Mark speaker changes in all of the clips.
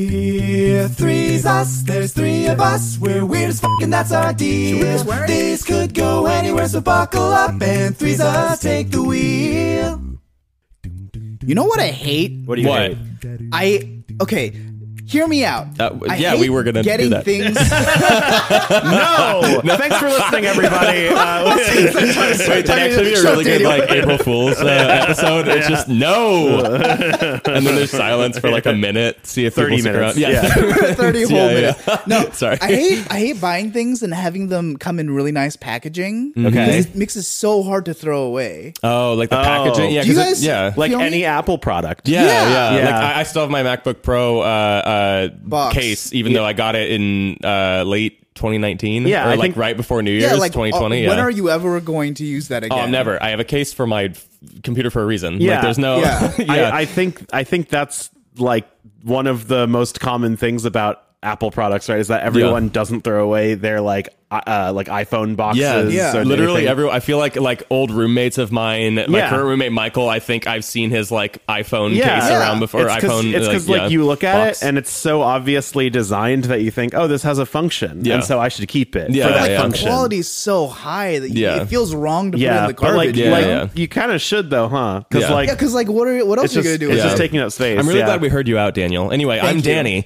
Speaker 1: We're three's us, there's three of us, we're weird as fuck and that's our deal. These could go anywhere, so buckle up and three's us take the wheel.
Speaker 2: You know what I hate?
Speaker 3: What do you
Speaker 4: What?
Speaker 3: hate?
Speaker 2: I okay. Hear me out.
Speaker 4: Uh, w-
Speaker 2: I
Speaker 4: yeah,
Speaker 2: hate
Speaker 4: we were gonna do
Speaker 2: getting
Speaker 4: that.
Speaker 2: things.
Speaker 3: No! Thanks for listening, everybody. Uh,
Speaker 4: Wait, that'd actually be a really good like April Fool's uh, episode. It's just no, and then there's silence for like a minute. See if
Speaker 3: 30
Speaker 4: people stick
Speaker 3: minutes.
Speaker 4: around. Yeah,
Speaker 2: thirty whole
Speaker 4: Yeah, yeah.
Speaker 2: minutes. No,
Speaker 4: Sorry.
Speaker 2: I hate I hate buying things and having them come in really nice packaging.
Speaker 4: Mm-hmm. Okay.
Speaker 2: because it makes it so hard to throw away.
Speaker 4: oh, like the packaging. Yeah,
Speaker 2: Do you
Speaker 4: 'cause it-
Speaker 2: guys-
Speaker 4: yeah.
Speaker 3: like
Speaker 2: Feel me?
Speaker 3: any Apple product.
Speaker 4: Yeah, yeah.
Speaker 3: Yeah.
Speaker 4: Like I, I still have my MacBook Pro uh, uh,
Speaker 2: Box.
Speaker 4: case, even though I got it in uh, late 2019.
Speaker 3: Yeah,
Speaker 4: or
Speaker 3: I
Speaker 4: like
Speaker 3: think-
Speaker 4: right before New Year's,
Speaker 2: yeah, like
Speaker 4: 2020.
Speaker 2: uh,
Speaker 4: yeah.
Speaker 2: When are you ever going to use that
Speaker 4: Oh,
Speaker 2: again?
Speaker 4: I'm never. I have a case for my f- computer for a reason.
Speaker 3: Yeah.
Speaker 4: like, there's no.
Speaker 2: Yeah.
Speaker 3: I, I think I think that's like one of the most common things about Apple products, right? Is that everyone doesn't throw away their like uh, uh, like iPhone boxes.
Speaker 4: yeah,
Speaker 2: Yeah.
Speaker 3: or
Speaker 4: literally
Speaker 3: anything.
Speaker 4: every. I feel like like old roommates of mine. My
Speaker 3: Yeah.
Speaker 4: current roommate Michael. I think I've seen his like iPhone
Speaker 3: Yeah.
Speaker 4: case
Speaker 3: Yeah.
Speaker 4: around before.
Speaker 3: it's
Speaker 4: iPhone.
Speaker 3: It's because like,
Speaker 4: yeah,
Speaker 3: you look at
Speaker 4: box.
Speaker 3: it and it's so obviously designed that you think, oh, this has a function,
Speaker 4: Yeah.
Speaker 3: and so I should keep it
Speaker 4: Yeah,
Speaker 3: for that
Speaker 4: yeah.
Speaker 2: The
Speaker 3: function.
Speaker 2: quality is so high that you,
Speaker 4: Yeah.
Speaker 2: it feels wrong to put
Speaker 3: yeah,
Speaker 2: in the
Speaker 3: but
Speaker 2: garbage.
Speaker 3: like,
Speaker 4: Yeah,
Speaker 3: like
Speaker 4: yeah.
Speaker 3: you kind of should though, huh? Because
Speaker 4: Yeah.
Speaker 3: like
Speaker 2: yeah, because like what are what else
Speaker 3: it's
Speaker 2: are you
Speaker 3: just
Speaker 2: gonna do?
Speaker 3: it's
Speaker 2: with
Speaker 3: just
Speaker 2: it?
Speaker 3: taking up space.
Speaker 4: I'm really
Speaker 3: yeah.
Speaker 4: glad we heard you out, Daniel. Anyway, I'm
Speaker 2: you.
Speaker 4: Danny.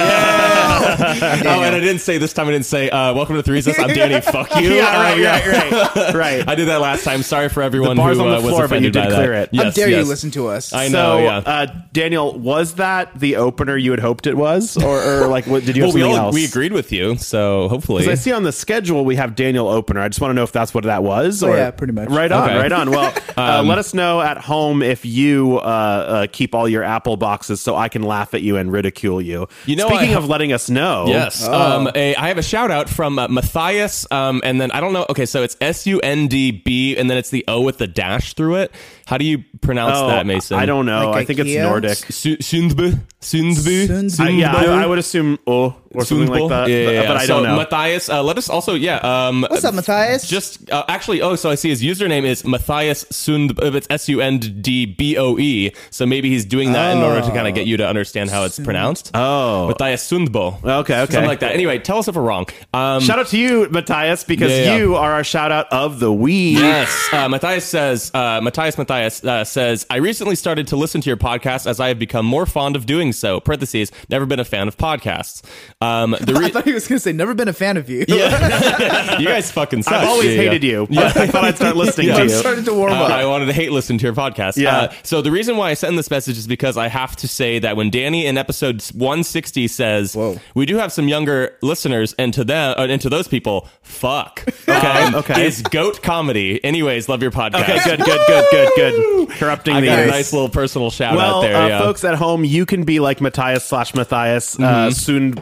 Speaker 4: Uh, oh, and I didn't say this time. I didn't say uh, welcome to Threeses. I'm Danny. Fuck you.
Speaker 3: Yeah,
Speaker 4: Uh,
Speaker 3: right,
Speaker 4: yeah.
Speaker 3: right, right, right.
Speaker 4: I did that last time. Sorry for everyone
Speaker 3: bar's
Speaker 4: who
Speaker 3: on the
Speaker 4: uh,
Speaker 3: floor,
Speaker 4: was offended
Speaker 3: but you
Speaker 4: by
Speaker 3: did
Speaker 4: that.
Speaker 3: clear it.
Speaker 2: How
Speaker 4: Yes,
Speaker 2: dare
Speaker 4: yes.
Speaker 2: you listen to us?
Speaker 4: I
Speaker 3: so,
Speaker 4: know. yeah.
Speaker 3: uh, Daniel, was that the opener you had hoped it was, or, or like, what, did you
Speaker 4: well,
Speaker 3: have
Speaker 4: we
Speaker 3: something
Speaker 4: all
Speaker 3: else?
Speaker 4: we agreed with you, so hopefully.
Speaker 3: Because I see on the schedule we have Daniel opener. I just want to know if that's what that was. Or,
Speaker 2: Oh, yeah, pretty much.
Speaker 3: Right on,
Speaker 4: Okay. Um,
Speaker 3: right on. Well, uh, let us know at home if you uh, uh, keep all your Apple boxes so I can laugh at you and ridicule you.
Speaker 4: You know,
Speaker 3: Speaking
Speaker 4: I-
Speaker 3: of letting us know,
Speaker 2: Oh.
Speaker 4: Yes. Um, a, I have a shout out from uh, Matthias, um, and then I don't know. Okay, so it's S U N D B, and then it's the O with the dash through it. How do you pronounce
Speaker 3: oh,
Speaker 4: that, Mason?
Speaker 3: I don't know.
Speaker 2: Like
Speaker 3: I think it's
Speaker 2: IKEA?
Speaker 3: Nordic.
Speaker 4: Su- Sundbu? Sundbu?
Speaker 2: Sundbu.
Speaker 3: I, yeah, I, I would assume oh or something like
Speaker 4: Sundbu?
Speaker 3: that.
Speaker 4: Yeah,
Speaker 3: but,
Speaker 4: yeah, yeah.
Speaker 3: but I
Speaker 4: So,
Speaker 3: don't know.
Speaker 4: Matthias, uh, let us also, yeah. Um,
Speaker 2: What's up, Matthias?
Speaker 4: Just uh, actually, oh, so I see his username is Matthias Sund. uh, It's S U N D B O E. So maybe he's doing that in order to kind of get you to understand how it's pronounced.
Speaker 3: Oh.
Speaker 4: Matthias Sundbo.
Speaker 3: Okay, okay.
Speaker 4: something like that. Anyway, tell us if we're wrong. Um,
Speaker 3: Shout out to you, Matthias, because
Speaker 4: Yeah, yeah.
Speaker 3: you are our shout out of the week.
Speaker 4: Yes. Uh, Matthias says, uh, Matthias Matthias uh, says, I recently started to listen to your podcast as I have become more fond of doing so. Parentheses, never been a fan of podcasts. Um, the
Speaker 2: I
Speaker 4: re-
Speaker 2: thought he was gonna say never been a fan of you.
Speaker 4: yeah. you guys fucking suck.
Speaker 3: I've always
Speaker 4: Yeah, yeah.
Speaker 3: hated you. But I thought I'd start listening
Speaker 4: Yeah.
Speaker 3: to
Speaker 2: I
Speaker 3: you.
Speaker 2: started to warm
Speaker 4: Uh,
Speaker 2: up.
Speaker 4: I wanted to hate listen to your podcast.
Speaker 3: Yeah.
Speaker 4: Uh, so the reason why I send this message is because I have to say that when Danny in episode 160 says,
Speaker 2: Whoa.
Speaker 4: "We do have some younger listeners," and to them, uh, and to those people, fuck. Okay.
Speaker 3: okay.
Speaker 4: Is goat comedy. Anyways, love your podcast.
Speaker 3: Okay, good, good, good, good, good. Corrupting
Speaker 4: I
Speaker 3: the
Speaker 4: got a
Speaker 3: ice.
Speaker 4: nice little personal shout
Speaker 3: well,
Speaker 4: out there,
Speaker 3: uh,
Speaker 4: yeah.
Speaker 3: folks at home, you can be like Matthias slash Matthias uh, soon.
Speaker 4: Mm-hmm. Soon-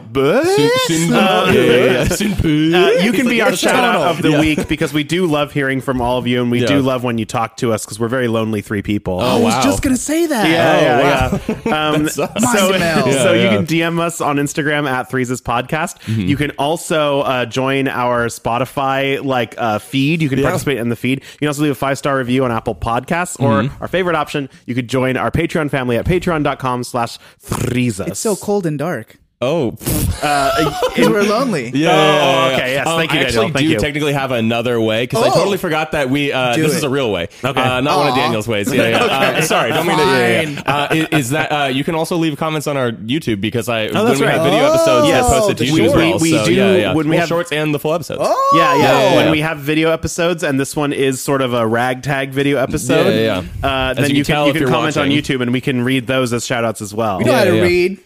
Speaker 4: soon-
Speaker 3: Uh,
Speaker 4: yeah, yeah, yeah. Soon-
Speaker 3: Uh, you can
Speaker 4: He's
Speaker 3: be
Speaker 4: like,
Speaker 3: our
Speaker 4: "Yes,
Speaker 3: shout out
Speaker 4: Donald."
Speaker 3: of the
Speaker 4: Yeah.
Speaker 3: week because we do love hearing from all of you, and we
Speaker 4: Yeah. Oh,
Speaker 3: do love when you talk to us because we're very lonely three people.
Speaker 2: I was
Speaker 4: wow.
Speaker 2: just gonna say that.
Speaker 4: Oh,
Speaker 3: Yeah, yeah, yeah. Um, so
Speaker 2: Mind meld.
Speaker 3: so
Speaker 4: Yeah, Mm-hmm. yeah.
Speaker 3: you can DM us on Instagram at Threes Podcast. You can also uh, join our Spotify like uh, feed. You can participate in the feed. You can also leave a five star review on Apple Podcasts,
Speaker 4: Mm-hmm.
Speaker 3: or our favorite option, you could join our Patreon family at patreon.com slash Threes.
Speaker 2: It's so cold and dark.
Speaker 4: Oh,
Speaker 2: Because we're lonely.
Speaker 4: yeah. Um,
Speaker 3: Oh, okay, yes. Thank you,
Speaker 4: I
Speaker 3: Daniel.
Speaker 4: actually
Speaker 3: Thank
Speaker 4: do
Speaker 3: you.
Speaker 4: technically have another way because I
Speaker 2: Oh.
Speaker 4: totally forgot that we. Uh,
Speaker 2: Do
Speaker 4: this
Speaker 2: it.
Speaker 4: is a real way.
Speaker 3: Okay.
Speaker 4: Uh, not one of
Speaker 2: Aw.
Speaker 4: Daniel's ways. Yeah, yeah. Uh, sorry, don't mean to. Yeah, yeah, yeah. Uh, i- is, that uh, you can also leave comments on our YouTube because I when
Speaker 3: that's
Speaker 4: we have
Speaker 3: right.
Speaker 4: video
Speaker 2: Oh,
Speaker 4: episodes,
Speaker 2: yes.
Speaker 4: I post it to
Speaker 2: the
Speaker 4: YouTube as well.
Speaker 3: shorts. We- we
Speaker 4: so,
Speaker 3: do-
Speaker 4: yeah, yeah.
Speaker 3: when we
Speaker 4: Well,
Speaker 3: have- Oh,
Speaker 4: shorts and the full episodes.
Speaker 3: Yeah, yeah.
Speaker 4: Yeah, yeah,
Speaker 3: when
Speaker 4: yeah.
Speaker 3: we have video episodes, and this one is sort of a ragtag video episode,
Speaker 4: Yeah, yeah, yeah.
Speaker 3: Uh,
Speaker 4: As you
Speaker 3: then
Speaker 4: can
Speaker 3: you can,
Speaker 4: tell
Speaker 3: you
Speaker 4: if
Speaker 3: can
Speaker 4: you're
Speaker 3: comment on
Speaker 4: watching.
Speaker 3: YouTube, and we can read those as shout outs as well.
Speaker 2: You know how
Speaker 4: Yeah,
Speaker 2: to
Speaker 4: yeah.
Speaker 2: read.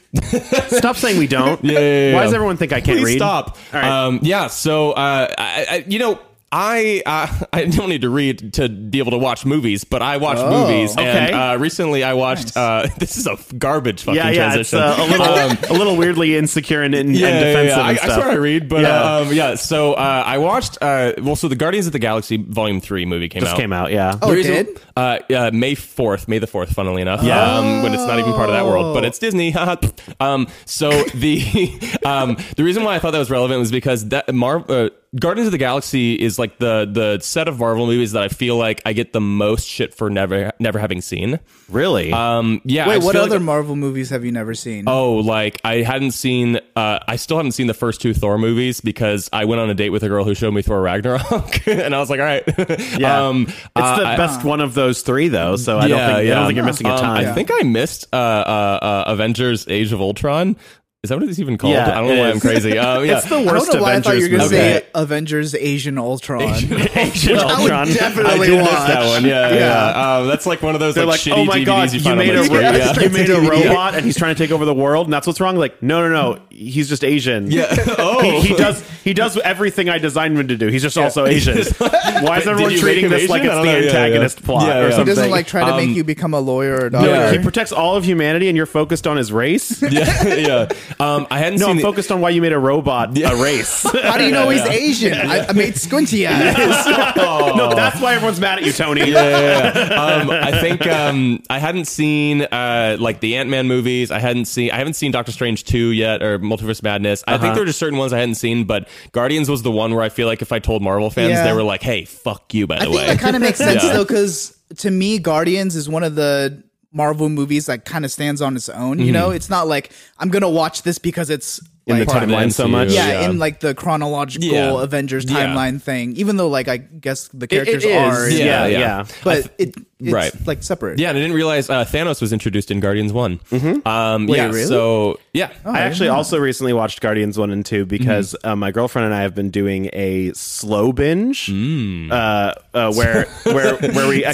Speaker 3: Stop saying we don't.
Speaker 4: Yeah, yeah, yeah.
Speaker 3: Why does everyone think I can't
Speaker 4: Please
Speaker 3: read?
Speaker 4: Stop.
Speaker 3: All right.
Speaker 4: Um, yeah. So, uh, I, I, you know, I uh, I don't need to read to be able to watch movies, but I watch movies.
Speaker 3: Oh, Okay.
Speaker 4: And uh, recently, I watched. Uh, this is a f- garbage fucking
Speaker 3: yeah, yeah. It's
Speaker 4: transition. Um,
Speaker 3: uh, a little, a little weirdly insecure and, and, and defensive.
Speaker 4: I,
Speaker 3: and stuff.
Speaker 4: I swear I read, but
Speaker 3: Yeah.
Speaker 4: yeah, um, yeah so uh, I watched. Uh, well, so the Guardians of the Galaxy Volume Three movie came
Speaker 3: Just
Speaker 4: out.
Speaker 3: came out. Yeah.
Speaker 2: Oh,
Speaker 4: The
Speaker 2: it
Speaker 4: reason-
Speaker 2: did?
Speaker 4: Uh, yeah, May fourth, May the fourth. Funnily enough,
Speaker 3: Yeah.
Speaker 4: um, when it's not even part of that world, but it's Disney. haha. um, so the um, the reason why I thought that was relevant was because that Marvel. Uh, Guardians of the Galaxy is like the the set of Marvel movies that I feel like I get the most shit for never never having seen.
Speaker 3: Really?
Speaker 4: Um, yeah. I
Speaker 2: Wait,
Speaker 4: just
Speaker 2: what
Speaker 4: feel
Speaker 2: other
Speaker 4: Like,
Speaker 2: Marvel movies have you never seen?
Speaker 4: oh, like I hadn't seen. Uh, I still haven't seen the first two Thor movies because I went on a date with a girl who showed me Thor Ragnarok, and I was like, all right.
Speaker 3: yeah.
Speaker 4: Um,
Speaker 3: it's
Speaker 4: uh,
Speaker 3: the
Speaker 4: I-
Speaker 3: best one of those three, though. So I
Speaker 4: Yeah,
Speaker 3: don't think I
Speaker 4: yeah.
Speaker 3: don't think you're missing a
Speaker 4: um,
Speaker 3: time.
Speaker 4: I think I missed uh, uh, uh, Avengers: Age of Ultron. Is that what it's even called?
Speaker 3: Yeah,
Speaker 4: I don't
Speaker 3: it
Speaker 4: know why
Speaker 3: is.
Speaker 4: I'm crazy. Uh, yeah.
Speaker 3: It's the
Speaker 2: I don't
Speaker 3: worst
Speaker 2: know why I thought you were going
Speaker 3: Avengers
Speaker 2: to
Speaker 3: movie.
Speaker 4: Okay.
Speaker 2: say Avengers Asian Ultron.
Speaker 3: Asian Ultron.
Speaker 4: I
Speaker 2: definitely
Speaker 4: did miss that
Speaker 2: watch.
Speaker 4: one. Yeah, yeah.
Speaker 2: Yeah.
Speaker 4: Um, that's like one of those
Speaker 3: They're
Speaker 4: like,
Speaker 3: like,
Speaker 4: shitty
Speaker 3: oh my
Speaker 4: DVDs
Speaker 3: god,
Speaker 4: you
Speaker 3: you,
Speaker 4: find
Speaker 3: made a
Speaker 4: on
Speaker 3: ro-
Speaker 4: the yeah.
Speaker 3: you made a
Speaker 2: Yeah.
Speaker 3: robot and he's trying to take over the world, and that's what's wrong. Like, no, no, no, he's just Asian.
Speaker 4: yeah. Oh,
Speaker 3: He, he does he does everything I designed him to do. He's just also Asian. Why is
Speaker 4: Did
Speaker 3: everyone
Speaker 4: you
Speaker 3: treating
Speaker 4: make him
Speaker 3: this like
Speaker 4: Asian? I don't
Speaker 3: it's the
Speaker 4: know. Yeah, yeah.
Speaker 3: antagonist plot
Speaker 4: Yeah,
Speaker 3: or
Speaker 4: yeah.
Speaker 2: He
Speaker 3: something?
Speaker 2: doesn't like try to make you become a lawyer or a doctor.
Speaker 4: um, yeah.
Speaker 3: he protects all of humanity, and you're focused on his race.
Speaker 4: yeah, yeah. Um, I hadn't
Speaker 3: No,
Speaker 4: seen
Speaker 3: I'm
Speaker 4: the-
Speaker 3: focused on why you made a robot a race.
Speaker 2: How do you know he's Asian? I, I made squinty eyes.
Speaker 4: Oh.
Speaker 3: no, that's why everyone's mad at you, Tony.
Speaker 4: yeah, yeah, yeah. Um, I think um, I hadn't seen uh, like the Ant Man movies. I hadn't seen I haven't seen Doctor Strange two yet or Multiverse Madness. I think there were just certain ones I hadn't seen, but Guardians was the one where I feel like if I told Marvel fans,
Speaker 2: Yeah.
Speaker 4: they were like, "Hey, fuck you." By the
Speaker 2: I think
Speaker 4: way,
Speaker 2: that kind of makes sense
Speaker 4: Yeah.
Speaker 2: though, because to me, Guardians is one of the Marvel movies that kind of stands on its own. You know, it's not like I'm gonna watch this because it's like,
Speaker 3: the
Speaker 4: Part of Mm-hmm. the
Speaker 3: timeline so
Speaker 4: MCU,
Speaker 3: much.
Speaker 2: yeah, in like the chronological
Speaker 4: Yeah.
Speaker 2: Avengers
Speaker 4: Yeah.
Speaker 2: timeline thing. Even though, like, I guess the characters
Speaker 3: is,
Speaker 2: are,
Speaker 3: yeah.
Speaker 4: yeah, yeah.
Speaker 2: but it it's
Speaker 4: right.
Speaker 2: like separate.
Speaker 4: Yeah, and I didn't realize uh, Thanos was introduced in Guardians One. Um, yeah,
Speaker 2: really?
Speaker 4: so yeah,
Speaker 3: I actually also recently watched Guardians 1 and
Speaker 4: Mm-hmm.
Speaker 3: 2 because uh, my girlfriend and I have been doing a slow binge
Speaker 4: Mm.
Speaker 3: uh, uh, where, where, where we.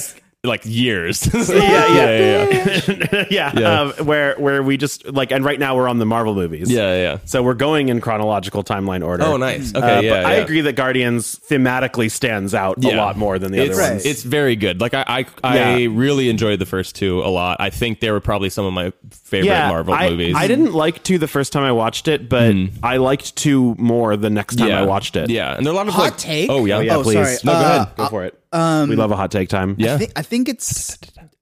Speaker 4: like years. yeah,
Speaker 3: yeah,
Speaker 4: yeah, yeah,
Speaker 3: yeah,
Speaker 4: Yeah.
Speaker 3: Uh, where where we just like, and right now we're on the Marvel movies.
Speaker 4: yeah, yeah.
Speaker 3: so we're going in chronological timeline order.
Speaker 4: Oh, nice.
Speaker 3: Uh,
Speaker 4: Okay, yeah,
Speaker 3: but I
Speaker 4: yeah.
Speaker 3: agree that Guardians thematically stands out a
Speaker 4: Yeah.
Speaker 3: lot more than the
Speaker 4: it's,
Speaker 3: other ones.
Speaker 2: Right.
Speaker 4: It's very good. Like I, I, I
Speaker 3: Yeah.
Speaker 4: really enjoyed the first two a lot. I think they were probably some of my favorite Marvel
Speaker 3: I,
Speaker 4: movies. Hmm.
Speaker 3: I didn't like two the first time I watched it, but I liked two more the next time
Speaker 4: yeah.
Speaker 3: I watched it.
Speaker 4: Yeah, and there are a lot of
Speaker 2: Hot
Speaker 4: like,
Speaker 2: take?
Speaker 4: Oh yeah,
Speaker 3: Oh, yeah,
Speaker 2: Oh,
Speaker 3: please.
Speaker 2: sorry.
Speaker 3: No, go
Speaker 2: Uh,
Speaker 3: ahead. Go for it. we love a hot take time.
Speaker 4: um, Yeah.
Speaker 2: I, thi- I think it's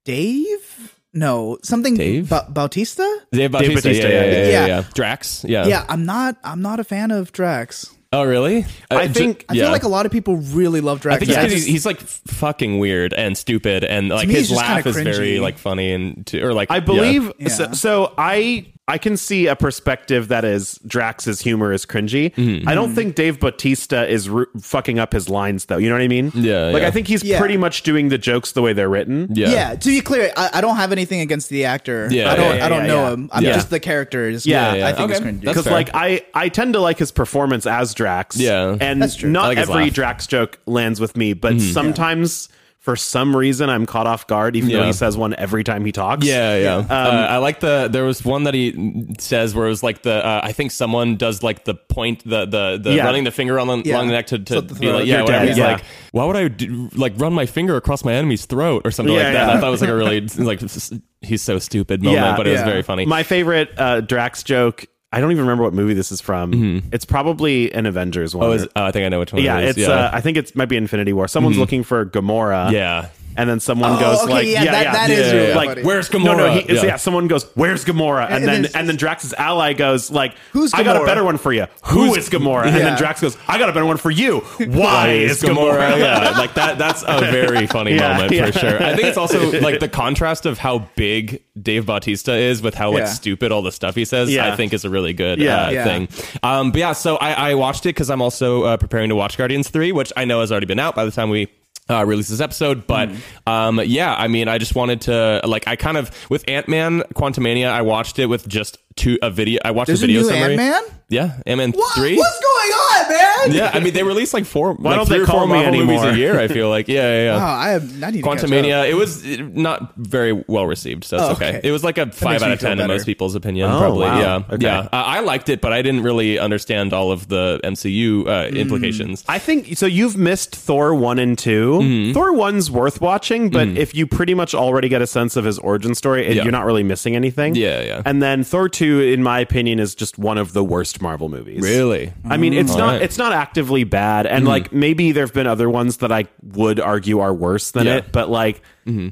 Speaker 2: Dave. No, something
Speaker 4: Dave?
Speaker 2: Ba- Bautista.
Speaker 4: Dave Bautista. yeah,
Speaker 3: Bautista,
Speaker 4: yeah, yeah, yeah,
Speaker 3: yeah,
Speaker 2: yeah.
Speaker 4: yeah. Drax. Yeah.
Speaker 2: Yeah, I'm not. I'm not a fan of Drax.
Speaker 4: Oh really?
Speaker 3: I think-
Speaker 2: I feel like a lot of people really love Drax.
Speaker 4: I think it's
Speaker 2: but
Speaker 4: 'cause
Speaker 2: just-
Speaker 4: he's, he's like f- fucking weird and stupid, and like
Speaker 2: me,
Speaker 4: his
Speaker 2: he's just
Speaker 4: laugh is
Speaker 2: kinda
Speaker 4: very
Speaker 2: cringy.
Speaker 4: like funny and t- or like
Speaker 3: I
Speaker 4: yeah.
Speaker 3: believe
Speaker 2: Yeah.
Speaker 3: So, so I I can see a perspective that is Drax's humor is cringy.
Speaker 4: Hmm.
Speaker 3: I don't think Dave Bautista is ru- fucking up his lines though. You know what I mean?
Speaker 4: Yeah,
Speaker 3: Like
Speaker 4: yeah.
Speaker 3: I think he's
Speaker 2: Yeah.
Speaker 3: pretty much doing the jokes the way they're written.
Speaker 4: Yeah.
Speaker 2: yeah. To be clear, I, I don't have anything against the actor.
Speaker 4: Yeah,
Speaker 2: I don't.
Speaker 4: yeah,
Speaker 2: I don't
Speaker 3: yeah,
Speaker 2: know
Speaker 3: yeah.
Speaker 2: him. I'm
Speaker 4: Yeah.
Speaker 2: just the character. Is
Speaker 3: Yeah,
Speaker 4: yeah.
Speaker 2: I think it's
Speaker 4: Okay.
Speaker 2: cringy.
Speaker 4: That's-
Speaker 3: Because
Speaker 4: fair.
Speaker 3: like I, I tend to like his performance as Drax.
Speaker 4: Yeah.
Speaker 3: and
Speaker 2: That's true.
Speaker 3: not
Speaker 4: I like his
Speaker 3: every
Speaker 4: laugh. Mm-hmm.
Speaker 3: Drax joke lands with me, but sometimes for some reason I'm caught off guard, even
Speaker 4: Yeah.
Speaker 3: though he says one every time he talks.
Speaker 4: Yeah, yeah.
Speaker 3: um,
Speaker 4: Uh, I like the. There was one that he says where it was like the. Uh, I think someone does like the point, the the, the
Speaker 3: Yeah.
Speaker 4: running the finger on the,
Speaker 2: Yeah.
Speaker 4: along the neck to, to
Speaker 2: Slit the
Speaker 4: be like,
Speaker 2: throat.
Speaker 4: yeah,
Speaker 3: You're
Speaker 4: whatever.
Speaker 3: dead.
Speaker 4: He's
Speaker 3: Yeah.
Speaker 4: like, why would I do, like run my finger across my enemy's throat or something like
Speaker 3: Yeah,
Speaker 4: that?
Speaker 3: yeah.
Speaker 4: I thought it was like a really like s- he's so stupid moment,
Speaker 3: Yeah,
Speaker 4: but it was
Speaker 2: yeah.
Speaker 4: very funny.
Speaker 3: My favorite uh, Drax joke. I don't even remember what movie this is from. It's probably an Avengers one.
Speaker 4: Mm-hmm. oh, is, oh, I think I know which one.
Speaker 3: yeah,
Speaker 4: it is. Mm-hmm.
Speaker 3: it's. Uh, I think it might be Infinity War. Someone's looking for Gamora.
Speaker 4: yeah.
Speaker 3: and then someone
Speaker 2: Oh,
Speaker 3: goes
Speaker 2: okay,
Speaker 3: like,
Speaker 2: yeah,
Speaker 3: "Yeah,
Speaker 2: that-
Speaker 3: yeah,
Speaker 2: that is
Speaker 4: Yeah, really yeah, yeah.
Speaker 3: like,
Speaker 2: funny.
Speaker 4: Where's Gamora?
Speaker 3: No, no, he, yeah.
Speaker 4: Yeah.
Speaker 3: yeah. Someone goes, "Where's Gamora?" And,
Speaker 2: And
Speaker 3: then
Speaker 2: then-
Speaker 3: and then Drax's ally goes, "Like,
Speaker 2: Who's
Speaker 3: I got a
Speaker 2: Gamora?
Speaker 3: better one for you. Who is Gamora?" And
Speaker 2: Yeah.
Speaker 3: then Drax goes, "I got a better one for you. Why is Gamora?"
Speaker 4: yeah, like that. That's a very funny
Speaker 3: Yeah,
Speaker 4: moment
Speaker 3: yeah.
Speaker 4: for sure. I think it's also like the contrast of how big Dave Bautista is with how like
Speaker 2: Yeah.
Speaker 4: stupid all the stuff he says.
Speaker 3: Yeah.
Speaker 4: I think is a really good
Speaker 3: Yeah.
Speaker 4: uh,
Speaker 2: Yeah.
Speaker 4: thing. Um, but yeah, so I, I watched it because I'm also uh, preparing to watch Guardians Three, which I know has already been out by the time we. Uh, release this episode, but
Speaker 2: Mm.
Speaker 4: um, yeah, I mean, I just wanted to like, I kind of with Ant Man Quantumania, I watched it with just two a video. I watched
Speaker 2: There's
Speaker 4: a
Speaker 2: a
Speaker 4: video
Speaker 2: new
Speaker 4: summary.
Speaker 2: Ant-Man?
Speaker 4: yeah, Ant Man
Speaker 2: What-
Speaker 4: three.
Speaker 2: What's going on, man?
Speaker 4: Yeah, I mean they release like four, like
Speaker 3: don't
Speaker 4: three
Speaker 3: they
Speaker 4: or
Speaker 3: call
Speaker 4: four
Speaker 3: me
Speaker 4: Marvel movies
Speaker 3: anymore?
Speaker 4: a year. I feel like yeah, yeah.
Speaker 2: Oh,
Speaker 4: yeah.
Speaker 2: I have. I need to catch up.
Speaker 4: Quantumania, it was eh, not very well received, so it's
Speaker 2: Oh,
Speaker 4: okay.
Speaker 2: okay.
Speaker 4: It was like a five
Speaker 2: makes
Speaker 4: out
Speaker 2: me
Speaker 4: of
Speaker 2: feel
Speaker 4: ten in
Speaker 2: better.
Speaker 4: most people's opinion, probably.
Speaker 3: wow.
Speaker 4: Yeah,
Speaker 3: Okay.
Speaker 4: yeah. Uh, I liked it, but I didn't really understand all of the MCU uh,
Speaker 2: Mm.
Speaker 4: implications.
Speaker 3: I think so. You've missed Thor one and 2 Thor one's worth watching, but if you pretty much already get a sense of his origin story, it,
Speaker 4: Yeah.
Speaker 3: you're not really missing anything.
Speaker 4: Yeah, yeah.
Speaker 3: And then Thor two, in my opinion, is just one of the worst Marvel movies.
Speaker 4: Really?
Speaker 3: I mean, it's
Speaker 4: Mm-hmm.
Speaker 3: not
Speaker 4: Alright. Mm-hmm.
Speaker 3: it's not actively bad, and like maybe there have been other ones that I would argue are worse than
Speaker 4: Yeah. Mm-hmm.
Speaker 3: it, but like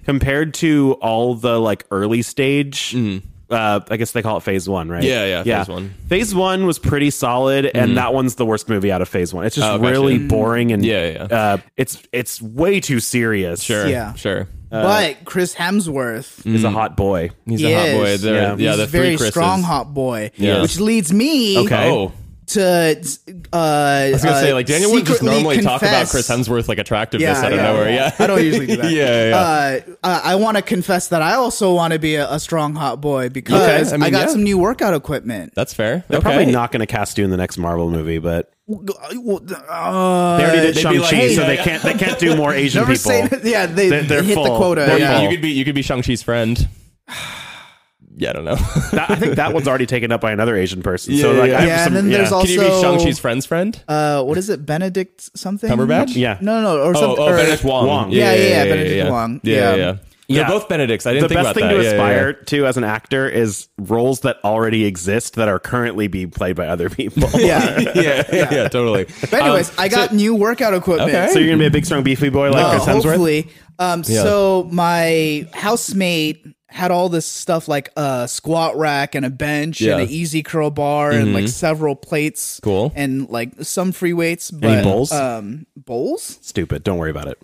Speaker 3: compared to all the like early stage uh, I guess they call it Phase One, right?
Speaker 4: Mm-hmm. Yeah, yeah, Phase One. Mm-hmm.
Speaker 3: Phase One was pretty solid, and that one's the worst movie out of Phase One. It's just
Speaker 4: Oh, gotcha.
Speaker 3: really boring and
Speaker 4: Yeah, yeah, yeah.
Speaker 3: Uh, it's it's way too serious.
Speaker 4: Sure.
Speaker 2: Yeah.
Speaker 4: Sure.
Speaker 2: but Chris Hemsworth,
Speaker 3: he's a hot boy.
Speaker 4: He's
Speaker 2: He
Speaker 4: a hot boy.
Speaker 2: is.
Speaker 4: There,
Speaker 3: Yeah.
Speaker 4: yeah.
Speaker 2: he's
Speaker 4: the
Speaker 2: a very
Speaker 4: three Chris's.
Speaker 2: strong hot boy,
Speaker 4: Yeah.
Speaker 2: which leads me
Speaker 3: Okay.
Speaker 4: Oh.
Speaker 2: to uh, I
Speaker 4: I was gonna say like Daniel would just normally talk about Chris Hemsworth like attractiveness out of nowhere. Yeah,
Speaker 2: I don't usually do that.
Speaker 4: yeah, yeah.
Speaker 2: Uh, I, I want to confess that I also want to be a, a strong hot boy because
Speaker 4: Okay,
Speaker 2: I,
Speaker 4: I mean,
Speaker 2: got
Speaker 4: yeah.
Speaker 2: some new workout equipment.
Speaker 4: That's fair.
Speaker 3: They're
Speaker 4: okay.
Speaker 3: probably not going to cast you in the next Marvel movie, but
Speaker 2: Uh,
Speaker 3: they already did
Speaker 4: they'd be
Speaker 3: Shang Chi,
Speaker 4: like, hey,
Speaker 3: so
Speaker 4: yeah,
Speaker 3: they
Speaker 4: yeah.
Speaker 3: can't they can't do more Asian
Speaker 2: never
Speaker 3: people.
Speaker 2: say yeah. They,
Speaker 3: They're- they're
Speaker 2: hit the
Speaker 3: full.
Speaker 2: quota.
Speaker 3: They're
Speaker 2: yeah.
Speaker 3: full.
Speaker 4: You could be you could be Shang Chi's friend. Yeah, I don't know.
Speaker 3: That- I think that one's already taken up by another Asian person. so
Speaker 4: Yeah,
Speaker 3: like,
Speaker 4: yeah,
Speaker 3: I have
Speaker 2: Yeah, and
Speaker 3: some-
Speaker 2: then there's
Speaker 4: Can you be
Speaker 2: Also-
Speaker 4: Shang Chi's friend's friend?
Speaker 2: Uh, what is it? Benedict something?
Speaker 4: Cumberbatch?
Speaker 3: Yeah.
Speaker 2: No, no, or
Speaker 4: oh,
Speaker 2: something.
Speaker 4: oh,
Speaker 2: or-
Speaker 4: Benedict Wong.
Speaker 3: Wong.
Speaker 2: Yeah, yeah, yeah, Benedict Wong.
Speaker 4: Yeah,
Speaker 2: Yeah.
Speaker 4: yeah. yeah.
Speaker 3: Yeah.
Speaker 4: They're both Benedicts. I didn't
Speaker 3: the
Speaker 4: think
Speaker 3: best
Speaker 4: about
Speaker 3: thing
Speaker 4: that.
Speaker 3: to
Speaker 4: Yeah, yeah,
Speaker 3: aspire
Speaker 4: yeah.
Speaker 3: to as an actor is roles that already exist that are currently being played by other people.
Speaker 2: Yeah.
Speaker 4: Yeah, yeah, yeah, totally. Um,
Speaker 2: But anyways, I got new workout equipment.
Speaker 4: Okay.
Speaker 3: So you're gonna be a big, strong, beefy boy like
Speaker 2: Uh,
Speaker 3: Chris Hemsworth.
Speaker 2: Hopefully. Um, So my housemate had all this stuff like a squat rack and a bench and
Speaker 4: Yeah. Mm-hmm.
Speaker 2: an easy curl bar and like several plates.
Speaker 4: Cool.
Speaker 2: And like some free weights. But,
Speaker 3: bowls?
Speaker 2: Um, bowls?
Speaker 3: Stupid. Don't worry about it.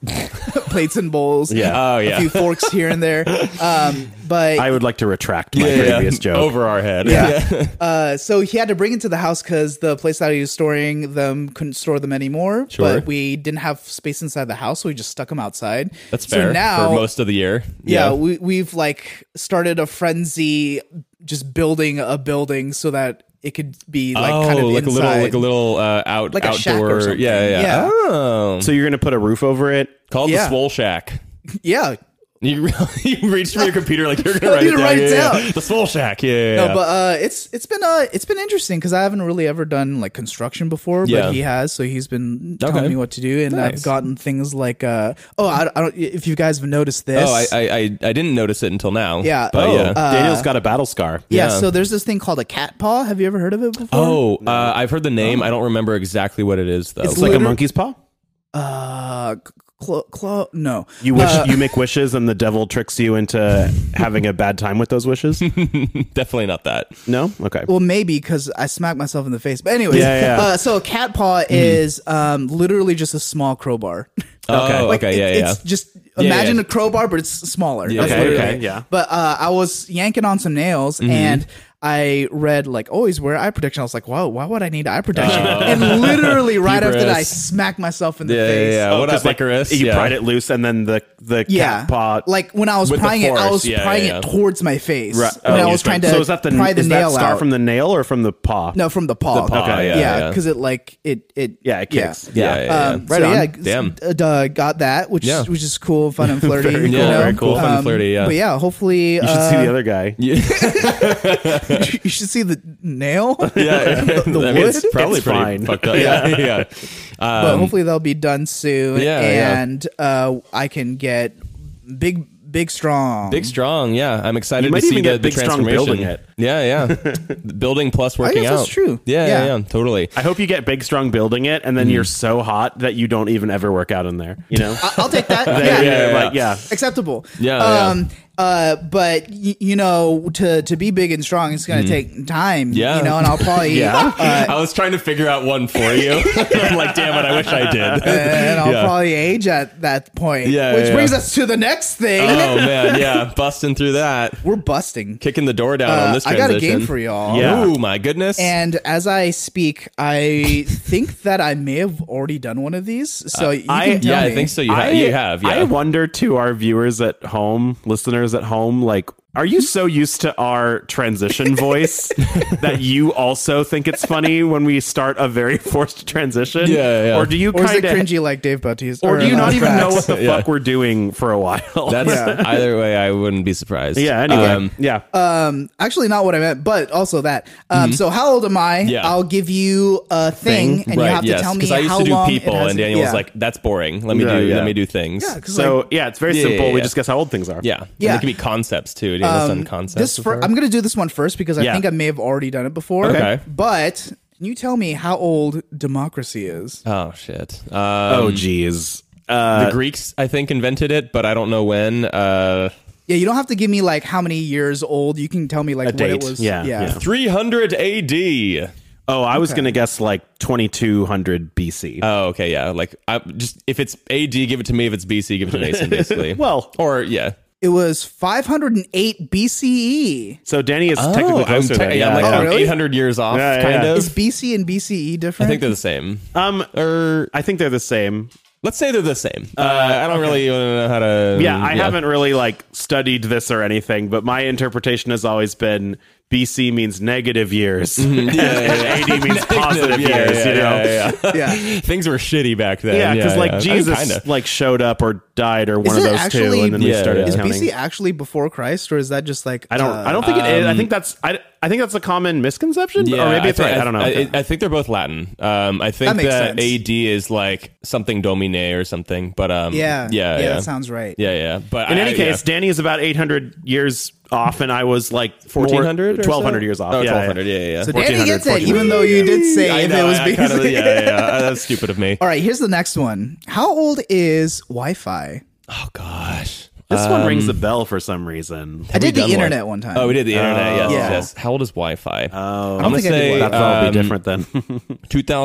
Speaker 2: plates and bowls.
Speaker 3: Yeah.
Speaker 4: Oh, yeah.
Speaker 2: A few forks here and there. Um, but
Speaker 3: I would like to retract my
Speaker 4: Yeah, yeah.
Speaker 3: previous joke.
Speaker 4: Over our head.
Speaker 2: yeah. uh, so he had to bring it to the house because the place that he was storing them couldn't store them anymore.
Speaker 4: Sure.
Speaker 2: But we didn't have space inside the house, so we just stuck them outside.
Speaker 4: That's
Speaker 2: So
Speaker 4: fair
Speaker 2: now,
Speaker 4: for most of the year.
Speaker 2: yeah, we we've like started a frenzy, just building a building so that it could be like
Speaker 4: oh,
Speaker 2: kind of
Speaker 4: like
Speaker 2: inside.
Speaker 4: a little, like a little uh, out,
Speaker 2: Like a shack or
Speaker 4: outdoor.
Speaker 2: something.
Speaker 4: Yeah, yeah.
Speaker 2: Yeah.
Speaker 4: Oh,
Speaker 3: So you're gonna put a roof over it.
Speaker 4: called
Speaker 2: Yeah.
Speaker 4: the Swole Shack.
Speaker 2: yeah.
Speaker 4: You, re- you reached for your computer like you're gonna write,
Speaker 2: need
Speaker 4: it
Speaker 2: to
Speaker 4: down.
Speaker 2: write it
Speaker 4: yeah, yeah,
Speaker 2: down.
Speaker 4: yeah. The Swole Shack. Yeah, yeah,
Speaker 2: No,
Speaker 4: yeah.
Speaker 2: but uh, it's it's been uh it's been interesting because I haven't really ever done like construction before,
Speaker 4: Yeah.
Speaker 2: but he has, so he's been
Speaker 4: Okay.
Speaker 2: telling me what to do, and I've
Speaker 4: Nice.
Speaker 2: gotten things like uh oh I, I don't if you guys have noticed this
Speaker 4: oh, I, I I I didn't notice it until now.
Speaker 2: Yeah.
Speaker 4: but
Speaker 2: Oh,
Speaker 4: yeah.
Speaker 3: Daniel's got a battle scar.
Speaker 2: Yeah,
Speaker 4: Yeah.
Speaker 2: so there's this thing called a cat paw. Have you ever heard of it before?
Speaker 4: oh, uh, I've heard the name. I don't remember exactly what it is though.
Speaker 2: It's
Speaker 3: It's like a
Speaker 2: Liter-
Speaker 3: monkey's paw.
Speaker 2: Uh, clo- clo- no.
Speaker 3: You wish
Speaker 2: Uh,
Speaker 3: you make wishes, and the devil tricks you into having a bad time with those wishes.
Speaker 4: Definitely not that.
Speaker 3: No, okay.
Speaker 2: Well, maybe because I smacked myself in the face. But anyways,
Speaker 3: Yeah, yeah.
Speaker 2: Uh, so a cat paw
Speaker 4: Mm-hmm.
Speaker 2: is um, literally just a small crowbar.
Speaker 4: Oh,
Speaker 2: Like,
Speaker 4: okay,
Speaker 2: it-
Speaker 4: yeah, yeah.
Speaker 2: It's just
Speaker 4: yeah.
Speaker 2: imagine a crowbar, but it's smaller.
Speaker 4: Yeah,
Speaker 2: That's
Speaker 4: okay, Mm-hmm.
Speaker 2: what it
Speaker 3: okay,
Speaker 2: is.
Speaker 3: yeah.
Speaker 2: But uh, I was yanking on some nails and. I read like always wear eye protection. I was like, wow, why would I need eye protection? And literally right after that,
Speaker 4: Oh.
Speaker 2: I
Speaker 4: Hubris.
Speaker 2: smacked myself in the
Speaker 4: Yeah, yeah,
Speaker 2: face.
Speaker 4: yeah. what
Speaker 3: 'cause,
Speaker 4: up, Icarus?
Speaker 3: Oh, You
Speaker 4: yeah.
Speaker 3: pried it loose, and then the the
Speaker 2: yeah
Speaker 3: cat paw.
Speaker 2: like when i was
Speaker 4: With the
Speaker 2: prying it i
Speaker 4: force,
Speaker 2: was
Speaker 4: yeah,
Speaker 2: prying
Speaker 4: yeah,
Speaker 2: it
Speaker 4: yeah.
Speaker 2: towards my face
Speaker 3: Right.
Speaker 2: when
Speaker 3: oh,
Speaker 2: i was trying to
Speaker 3: so is that the
Speaker 2: pry the
Speaker 3: is
Speaker 2: nail
Speaker 3: that scar
Speaker 2: out
Speaker 3: from the nail or from the paw?
Speaker 2: no from the paw,
Speaker 4: paw, Okay. yeah,
Speaker 2: yeah
Speaker 4: yeah.
Speaker 2: because it like it it
Speaker 3: Yeah, it kicks.
Speaker 4: Yeah, yeah, yeah.
Speaker 2: um,
Speaker 3: Right
Speaker 2: so
Speaker 3: on.
Speaker 2: yeah,
Speaker 4: Damn.
Speaker 2: s- uh, uh, got that, which
Speaker 4: Yeah.
Speaker 2: which is cool, fun and flirty.
Speaker 3: Very
Speaker 2: you
Speaker 3: cool,
Speaker 2: know? um,
Speaker 4: very cool, fun and flirty, yeah.
Speaker 2: but yeah, hopefully uh,
Speaker 3: You should see the other guy.
Speaker 2: you should see the nail.
Speaker 4: yeah, the,
Speaker 3: wood?
Speaker 4: It's probably
Speaker 3: It's
Speaker 4: pretty
Speaker 3: fine.
Speaker 4: fucked up. Yeah, yeah. Um,
Speaker 2: but hopefully they'll be done soon,
Speaker 4: Yeah, yeah.
Speaker 2: and Uh, I can get big, big, strong,
Speaker 4: Big strong, yeah. I'm excited
Speaker 3: You might
Speaker 4: to see
Speaker 3: even get
Speaker 4: the, the
Speaker 3: Big Strong
Speaker 4: transformation.
Speaker 3: building it.
Speaker 4: Yeah, yeah. building plus working
Speaker 2: guess
Speaker 4: out.
Speaker 2: that's true.
Speaker 4: Yeah, yeah,
Speaker 2: Yeah.
Speaker 4: yeah, totally.
Speaker 3: I hope you get big, strong building it, and then you're so hot that you don't even ever work out in there. You know,
Speaker 2: I- I'll take that.
Speaker 3: Then
Speaker 2: Uh, yeah,
Speaker 3: you're
Speaker 4: yeah, yeah.
Speaker 3: like yeah.
Speaker 2: acceptable.
Speaker 4: Yeah,
Speaker 2: Um, Uh, but y- you know, to to be big and strong, it's gonna take time.
Speaker 4: Mm-hmm. Yeah.
Speaker 2: You know, and I'll probably
Speaker 3: Yeah.
Speaker 2: uh,
Speaker 4: I was trying to figure out one for you. I'm like, damn it, I wish I did.
Speaker 2: and I'll
Speaker 4: Yeah.
Speaker 2: probably age at that point.
Speaker 4: Yeah,
Speaker 2: Which
Speaker 4: yeah,
Speaker 2: brings
Speaker 4: yeah.
Speaker 2: us to the next thing.
Speaker 4: oh man, yeah, busting through that,
Speaker 2: We're busting.
Speaker 4: kicking the door down on
Speaker 2: Uh,
Speaker 4: this.
Speaker 2: I
Speaker 4: Transition.
Speaker 2: got a game for y'all.
Speaker 3: Yeah.
Speaker 4: Oh my goodness.
Speaker 2: And as I speak, I think that I may have already done one of these. So you
Speaker 3: I-
Speaker 2: can tell
Speaker 4: yeah,
Speaker 2: me.
Speaker 4: Uh, I think so. You, ha- you have. Yeah.
Speaker 3: I wonder to our viewers at home, listeners at home, like, are you so used to our transition voice that you also think it's funny when we start a very forced transition?
Speaker 4: Yeah, yeah.
Speaker 3: Or do you
Speaker 2: Or is it
Speaker 3: kind of,
Speaker 2: cringy like Dave Bautista?
Speaker 3: or do you
Speaker 2: uh,
Speaker 3: not even know
Speaker 2: Drax?
Speaker 3: what the
Speaker 4: Yeah.
Speaker 3: fuck we're doing for a while?
Speaker 4: That's
Speaker 2: Yeah.
Speaker 4: either way. I wouldn't be surprised.
Speaker 3: yeah. Anyway,
Speaker 4: Um,
Speaker 3: yeah.
Speaker 2: Um, actually, not what I meant, but also that. Um, so how old am I?
Speaker 4: Mm-hmm. Yeah.
Speaker 2: I'll give you a thing, and you
Speaker 4: right,
Speaker 2: have to
Speaker 4: yes,
Speaker 2: tell me
Speaker 4: because I used
Speaker 2: how
Speaker 4: to do
Speaker 2: long
Speaker 4: people,
Speaker 2: it has
Speaker 4: and Daniel
Speaker 2: yeah.
Speaker 4: was like, "That's boring. Let me
Speaker 3: Yeah,
Speaker 4: do.
Speaker 3: yeah.
Speaker 4: Let me do things."
Speaker 2: Yeah, 'cause,
Speaker 3: so
Speaker 2: like,
Speaker 3: yeah, it's very
Speaker 4: Yeah,
Speaker 3: simple.
Speaker 4: yeah,
Speaker 3: We
Speaker 4: yeah.
Speaker 3: just guess how old things are.
Speaker 4: Yeah,
Speaker 2: Yeah. Um,
Speaker 4: And it could be concepts too. Daniel's done concepts.
Speaker 2: this fir- I'm gonna do this one first because I
Speaker 3: Yeah.
Speaker 2: think I may have already done it before.
Speaker 4: Okay.
Speaker 2: but can you tell me how old democracy is?
Speaker 4: oh shit. Um,
Speaker 3: Oh, geez. Uh,
Speaker 4: the Greeks, I think, invented it, but I don't know when. Uh,
Speaker 2: Yeah, you don't have to give me like how many years old. You can tell me like what
Speaker 3: date.
Speaker 2: it was.
Speaker 3: Yeah, yeah.
Speaker 4: 300 AD.
Speaker 3: Oh, I was gonna guess like 2200 BC.
Speaker 4: Oh, okay, yeah. Like, I just if it's AD, give it to me. If it's BC, give it to Mason, basically.
Speaker 3: Well-
Speaker 4: or yeah.
Speaker 2: It was 508 BCE.
Speaker 3: so Danny is technically
Speaker 4: oh, I'm
Speaker 3: closer.
Speaker 4: te-
Speaker 3: than-
Speaker 4: yeah, I'm like
Speaker 2: yeah.
Speaker 4: I'm
Speaker 2: Oh, really?
Speaker 4: 800 years off,
Speaker 3: Yeah, yeah,
Speaker 4: kind
Speaker 3: yeah.
Speaker 4: of.
Speaker 2: Is BC and BCE
Speaker 4: I
Speaker 2: different?
Speaker 4: think they're the same.
Speaker 3: um,
Speaker 4: Or
Speaker 3: I think they're the
Speaker 4: Mm,
Speaker 3: same.
Speaker 4: let's say they're the same. Uh, I don't really know how to.
Speaker 3: Yeah, I haven't really like studied this or anything, but my interpretation has always been BC means negative years,
Speaker 4: Mm-hmm. Yeah, yeah, yeah.
Speaker 3: and AD means positive
Speaker 4: Yeah,
Speaker 3: years.
Speaker 4: yeah,
Speaker 3: you know.
Speaker 4: yeah, yeah, yeah.
Speaker 2: yeah.
Speaker 4: Things were shitty back then.
Speaker 3: Yeah, because like
Speaker 4: I mean,
Speaker 3: Jesus
Speaker 4: kinda.
Speaker 3: like showed up or died or one
Speaker 2: Is
Speaker 3: of
Speaker 2: it
Speaker 3: those
Speaker 2: actually-
Speaker 3: two, and then we
Speaker 4: Yeah,
Speaker 3: started
Speaker 4: yeah.
Speaker 2: Is
Speaker 3: counting.
Speaker 2: BC actually before Christ, or is that just like
Speaker 3: I don't.
Speaker 2: uh,
Speaker 3: I don't think it is. I think that's. I, I think that's a common misconception.
Speaker 4: Yeah,
Speaker 3: or maybe it's
Speaker 4: I
Speaker 3: right.
Speaker 4: think-
Speaker 3: I don't know.
Speaker 4: I, I think they're both Latin. Um, I think
Speaker 2: That makes
Speaker 4: that,
Speaker 2: sense.
Speaker 4: AD is like something Domine or something. But um,
Speaker 2: Yeah,
Speaker 4: yeah, yeah,
Speaker 2: That sounds right.
Speaker 4: yeah, yeah. But
Speaker 3: In
Speaker 4: I-
Speaker 3: any
Speaker 4: yeah.
Speaker 3: case, Danny is about 800 years off, and I was like more-
Speaker 4: 1400 or so?
Speaker 3: 1200 years off.
Speaker 4: Oh,
Speaker 3: Yeah, yeah.
Speaker 4: 1200. Yeah, yeah. yeah.
Speaker 2: So Danny
Speaker 3: 1400,
Speaker 2: gets it, even though you did say
Speaker 4: I
Speaker 2: if
Speaker 4: know,
Speaker 2: it was
Speaker 4: I- I
Speaker 2: BC.
Speaker 4: kinda- yeah, yeah, yeah. That's stupid of me.
Speaker 2: All right, here's the next one. How old is Wi-Fi?
Speaker 4: Oh gosh.
Speaker 3: This one rings
Speaker 4: Um,
Speaker 3: a bell for some reason.
Speaker 2: I did the
Speaker 4: done one?
Speaker 2: internet one, time.
Speaker 4: Oh, we did the internet. Yes,
Speaker 2: Yeah.
Speaker 4: yes. How old is Wi-Fi? Oh, I'm
Speaker 2: don't
Speaker 4: gonna
Speaker 2: think I did
Speaker 4: say
Speaker 2: Wi-Fi.
Speaker 3: That's all be
Speaker 4: um,
Speaker 3: different then.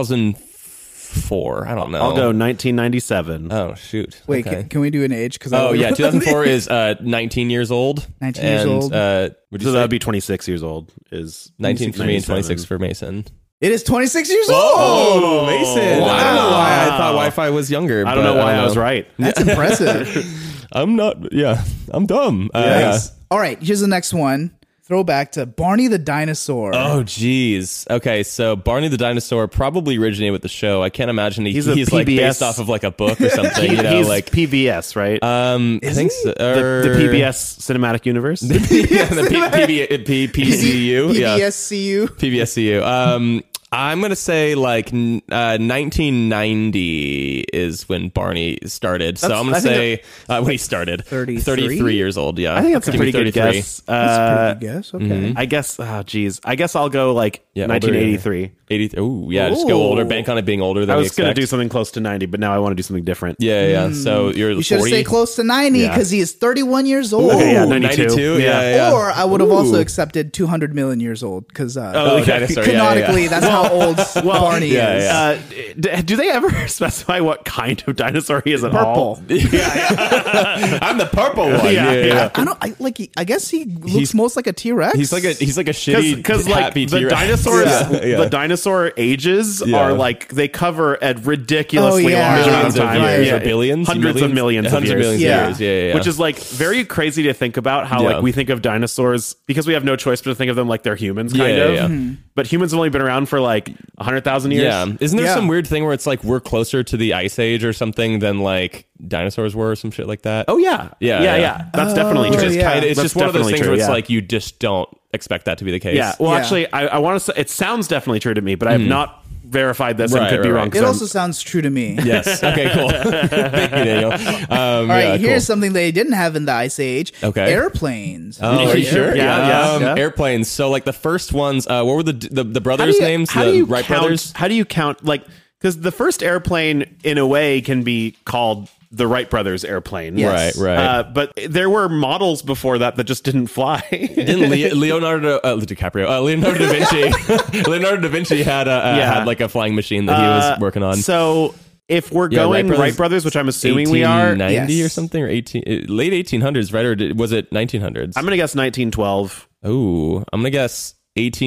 Speaker 4: 2004. I don't know.
Speaker 3: I'll go 1997.
Speaker 4: Oh shoot.
Speaker 2: Wait,
Speaker 4: Okay.
Speaker 2: can, can we do an age? Because
Speaker 4: Oh yeah, 2004 is uh, 19 years old.
Speaker 2: 19 years
Speaker 4: And,
Speaker 2: old.
Speaker 4: Uh, would you
Speaker 3: so that
Speaker 4: say
Speaker 3: would be 26 years old. Is
Speaker 4: 19 for me and
Speaker 3: 97.
Speaker 4: 26 for Mason?
Speaker 2: it is 26 years old.
Speaker 4: Oh, Mason! I don't know why I thought Wi-Fi was younger.
Speaker 3: I don't know
Speaker 4: uh,
Speaker 3: why I, was right.
Speaker 2: That's impressive.
Speaker 4: I'm not. Yeah, I'm dumb. Uh,
Speaker 2: Nice. All right, here's the next one. Throwback to Barney the dinosaur.
Speaker 4: Oh geez. Okay, so Barney the dinosaur probably originated with the show. I can't imagine he,
Speaker 3: He's
Speaker 4: he's,
Speaker 3: a
Speaker 4: like
Speaker 3: PBS
Speaker 4: based off of like a book or something. you know,
Speaker 3: He's
Speaker 4: like
Speaker 3: PBS, right?
Speaker 4: um, I think so,
Speaker 3: the,
Speaker 4: or,
Speaker 3: the PBS cinematic universe.
Speaker 4: yeah, the P- PB, P- PCU, yeah,
Speaker 2: PBSCU.
Speaker 4: PBSCU. Um, I'm gonna say like n- uh, 1990 is when Barney started. So
Speaker 3: That's-
Speaker 4: I'm gonna
Speaker 3: I
Speaker 4: say
Speaker 3: think
Speaker 4: uh, when he started,
Speaker 2: 33?
Speaker 4: 33 years old. Yeah,
Speaker 3: I think that's a
Speaker 4: Give me
Speaker 3: pretty good
Speaker 4: 33.
Speaker 3: guess. Uh,
Speaker 2: Pretty good guess. Okay.
Speaker 4: mm-hmm.
Speaker 3: I guess. Oh, geez. I guess I'll go like
Speaker 4: Yeah, older.
Speaker 3: 1983.
Speaker 4: 80. Oh yeah, just go
Speaker 2: Ooh.
Speaker 4: older. Bank on it being older than
Speaker 3: I
Speaker 4: we
Speaker 3: was going to
Speaker 4: expect.
Speaker 3: do something close to 90, but now I want to do Hmm. something different.
Speaker 4: Yeah, yeah. So you're
Speaker 2: You should
Speaker 4: 40.
Speaker 2: say close to 90
Speaker 3: Yeah.
Speaker 2: because he is 31 years old.
Speaker 3: Okay, yeah,
Speaker 4: Ooh,
Speaker 3: 92.
Speaker 4: 92?
Speaker 3: Yeah.
Speaker 4: Yeah, yeah.
Speaker 2: Or I would have
Speaker 4: Ooh.
Speaker 2: also accepted 200 million years old because uh,
Speaker 4: Oh, dinosaur, yeah, yeah, yeah.
Speaker 2: canonically that's how old Barney
Speaker 4: yeah,
Speaker 2: is.
Speaker 4: yeah.
Speaker 3: Uh, d- do they ever specify what kind of dinosaur he is at all?
Speaker 2: Uh, Purple.
Speaker 4: I'm the purple one.
Speaker 3: Yeah, yeah.
Speaker 2: I don't. I, like. he- I guess he looks
Speaker 4: He's-
Speaker 2: most like a T Rex.
Speaker 4: He's like a he's like a
Speaker 3: Because
Speaker 4: shitty
Speaker 3: like
Speaker 4: happy
Speaker 3: the
Speaker 4: T-Rex.
Speaker 3: dinosaurs,
Speaker 4: Yeah, yeah.
Speaker 3: the dinosaur ages
Speaker 4: Yeah.
Speaker 3: are like they cover a ridiculously
Speaker 2: Oh, yeah.
Speaker 3: large
Speaker 4: millions
Speaker 3: amount of
Speaker 4: of
Speaker 3: time,
Speaker 4: years
Speaker 3: Yeah.
Speaker 4: or billions,
Speaker 3: hundreds of millions,
Speaker 4: hundreds
Speaker 3: of years.
Speaker 4: millions
Speaker 2: Yeah.
Speaker 4: of years. Yeah, yeah, yeah.
Speaker 3: Which is like very crazy to think about how
Speaker 4: Yeah.
Speaker 3: like we think of dinosaurs because we have no choice but to think of them like they're humans kind
Speaker 4: Yeah,
Speaker 3: of.
Speaker 4: yeah, yeah.
Speaker 2: Mm-hmm.
Speaker 3: But humans have only been around for like hundred thousand years.
Speaker 4: yeah. Isn't there
Speaker 2: Yeah.
Speaker 4: some weird thing where it's like we're closer to the ice age or something than like dinosaurs were or some shit like that?
Speaker 3: Oh yeah.
Speaker 4: Yeah,
Speaker 3: Yeah. Yeah.
Speaker 4: yeah.
Speaker 3: That's definitely
Speaker 2: Which
Speaker 3: true.
Speaker 2: is Oh, yeah.
Speaker 4: Kinda- it's
Speaker 3: That's
Speaker 4: just one of those
Speaker 3: definitely
Speaker 4: things
Speaker 3: true,
Speaker 4: where it's
Speaker 3: yeah.
Speaker 4: like you just don't expect that to be the case.
Speaker 3: Yeah. Well,
Speaker 2: Yeah.
Speaker 3: actually, I, I want to say it sounds definitely true to me, but I have not verified this and
Speaker 4: Mm-hmm. Right,
Speaker 3: could be
Speaker 4: right,
Speaker 3: wrong.
Speaker 4: right.
Speaker 2: It
Speaker 3: 'cause I'm-
Speaker 2: also sounds true to me.
Speaker 4: Yes. Okay. Cool. Thank you, Daniel. Um,
Speaker 2: All right,
Speaker 4: yeah, cool.
Speaker 2: here's something they didn't have in the Ice Age.
Speaker 4: Okay.
Speaker 2: airplanes.
Speaker 4: Oh, are you
Speaker 3: Yeah,
Speaker 4: sure?
Speaker 3: yeah, yeah,
Speaker 4: Um,
Speaker 3: yeah.
Speaker 4: Airplanes. So, like the first ones, uh, what were the the, the
Speaker 3: How
Speaker 4: brothers'
Speaker 3: do you-
Speaker 4: names?
Speaker 3: How
Speaker 4: the
Speaker 3: do you
Speaker 4: Wright
Speaker 3: count,
Speaker 4: brothers.
Speaker 3: How do you count like because the first airplane in a way can be called the Wright brothers airplane,
Speaker 2: Yes.
Speaker 4: Right, right.
Speaker 3: Uh, but there were models before that that just didn't fly.
Speaker 4: Didn't Le- Leonardo uh, DiCaprio, uh, Leonardo da Vinci, Leonardo da Vinci had a uh,
Speaker 3: Yeah. Uh,
Speaker 4: had like a flying machine that he was working on.
Speaker 3: So if we're
Speaker 4: Yeah,
Speaker 3: going Wright
Speaker 4: Wright
Speaker 3: brothers,
Speaker 4: brothers-
Speaker 3: which I'm assuming we are, I'm
Speaker 4: 1890
Speaker 2: Yes.
Speaker 4: or something, or 18 uh, late 1800s, right? Or did, was it 1900s?
Speaker 3: gonna guess 1912.
Speaker 4: oh, I'm gonna guess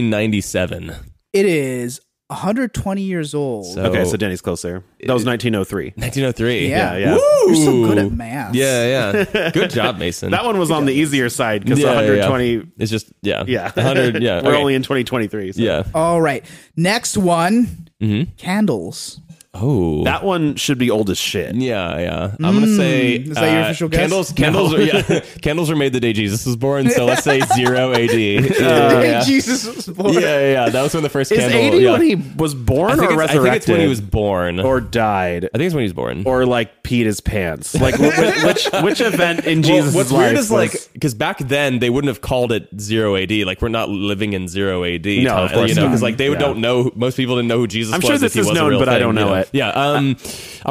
Speaker 4: 1897.
Speaker 2: It is 120 years old.
Speaker 4: So-
Speaker 3: Okay,
Speaker 4: Oh.
Speaker 3: so Danny's closer. That was 1903.
Speaker 4: 1903.
Speaker 2: yeah,
Speaker 3: yeah.
Speaker 2: You're so good at
Speaker 4: Ooh.
Speaker 2: math.
Speaker 4: Yeah, yeah. Good job, Mason.
Speaker 3: That one was on the easier side because
Speaker 4: Yeah, yeah, yeah.
Speaker 3: 120. Yeah,
Speaker 4: It's just yeah, hundred. Yeah,
Speaker 3: we're
Speaker 4: okay.
Speaker 3: only in 2023. So.
Speaker 4: yeah.
Speaker 2: All right, next one.
Speaker 4: Mm-hmm.
Speaker 2: Candles.
Speaker 4: Oh,
Speaker 3: that one should be old as shit.
Speaker 4: Yeah, yeah. I'm gonna say
Speaker 3: Mm,
Speaker 4: uh,
Speaker 2: is that your official guess?
Speaker 4: Candles, candles, are, yeah, candles are made the day Jesus was born. So let's say zero AD. Yeah,
Speaker 2: Hey,
Speaker 4: Oh, yeah. yeah,
Speaker 2: Jesus was born.
Speaker 4: yeah. That was when the first
Speaker 3: Is
Speaker 4: candle.
Speaker 3: 80
Speaker 4: yeah.
Speaker 3: when he was born
Speaker 4: I think,
Speaker 3: or
Speaker 4: it's, I
Speaker 3: resurrected?
Speaker 4: think it's when he was born.
Speaker 3: or died.
Speaker 4: I think it's when he was born.
Speaker 3: or like peed his pants. Like wh- wh- which which event in
Speaker 4: Well,
Speaker 3: Jesus'
Speaker 4: what's
Speaker 3: life?
Speaker 4: weird is
Speaker 3: was-
Speaker 4: like because back then they wouldn't have called it zero AD. Like we're not living in zero AD.
Speaker 3: No, of
Speaker 4: time,
Speaker 3: course
Speaker 4: you know,
Speaker 3: not.
Speaker 4: because like they
Speaker 3: Yeah.
Speaker 4: don't know. Most people didn't know who Jesus
Speaker 3: I'm
Speaker 4: was.
Speaker 3: sure
Speaker 4: if
Speaker 3: this
Speaker 4: he
Speaker 3: is
Speaker 4: was a
Speaker 3: known,
Speaker 4: real
Speaker 3: but I
Speaker 4: thing,
Speaker 3: don't
Speaker 4: you
Speaker 3: know but
Speaker 4: Yeah, um, I'm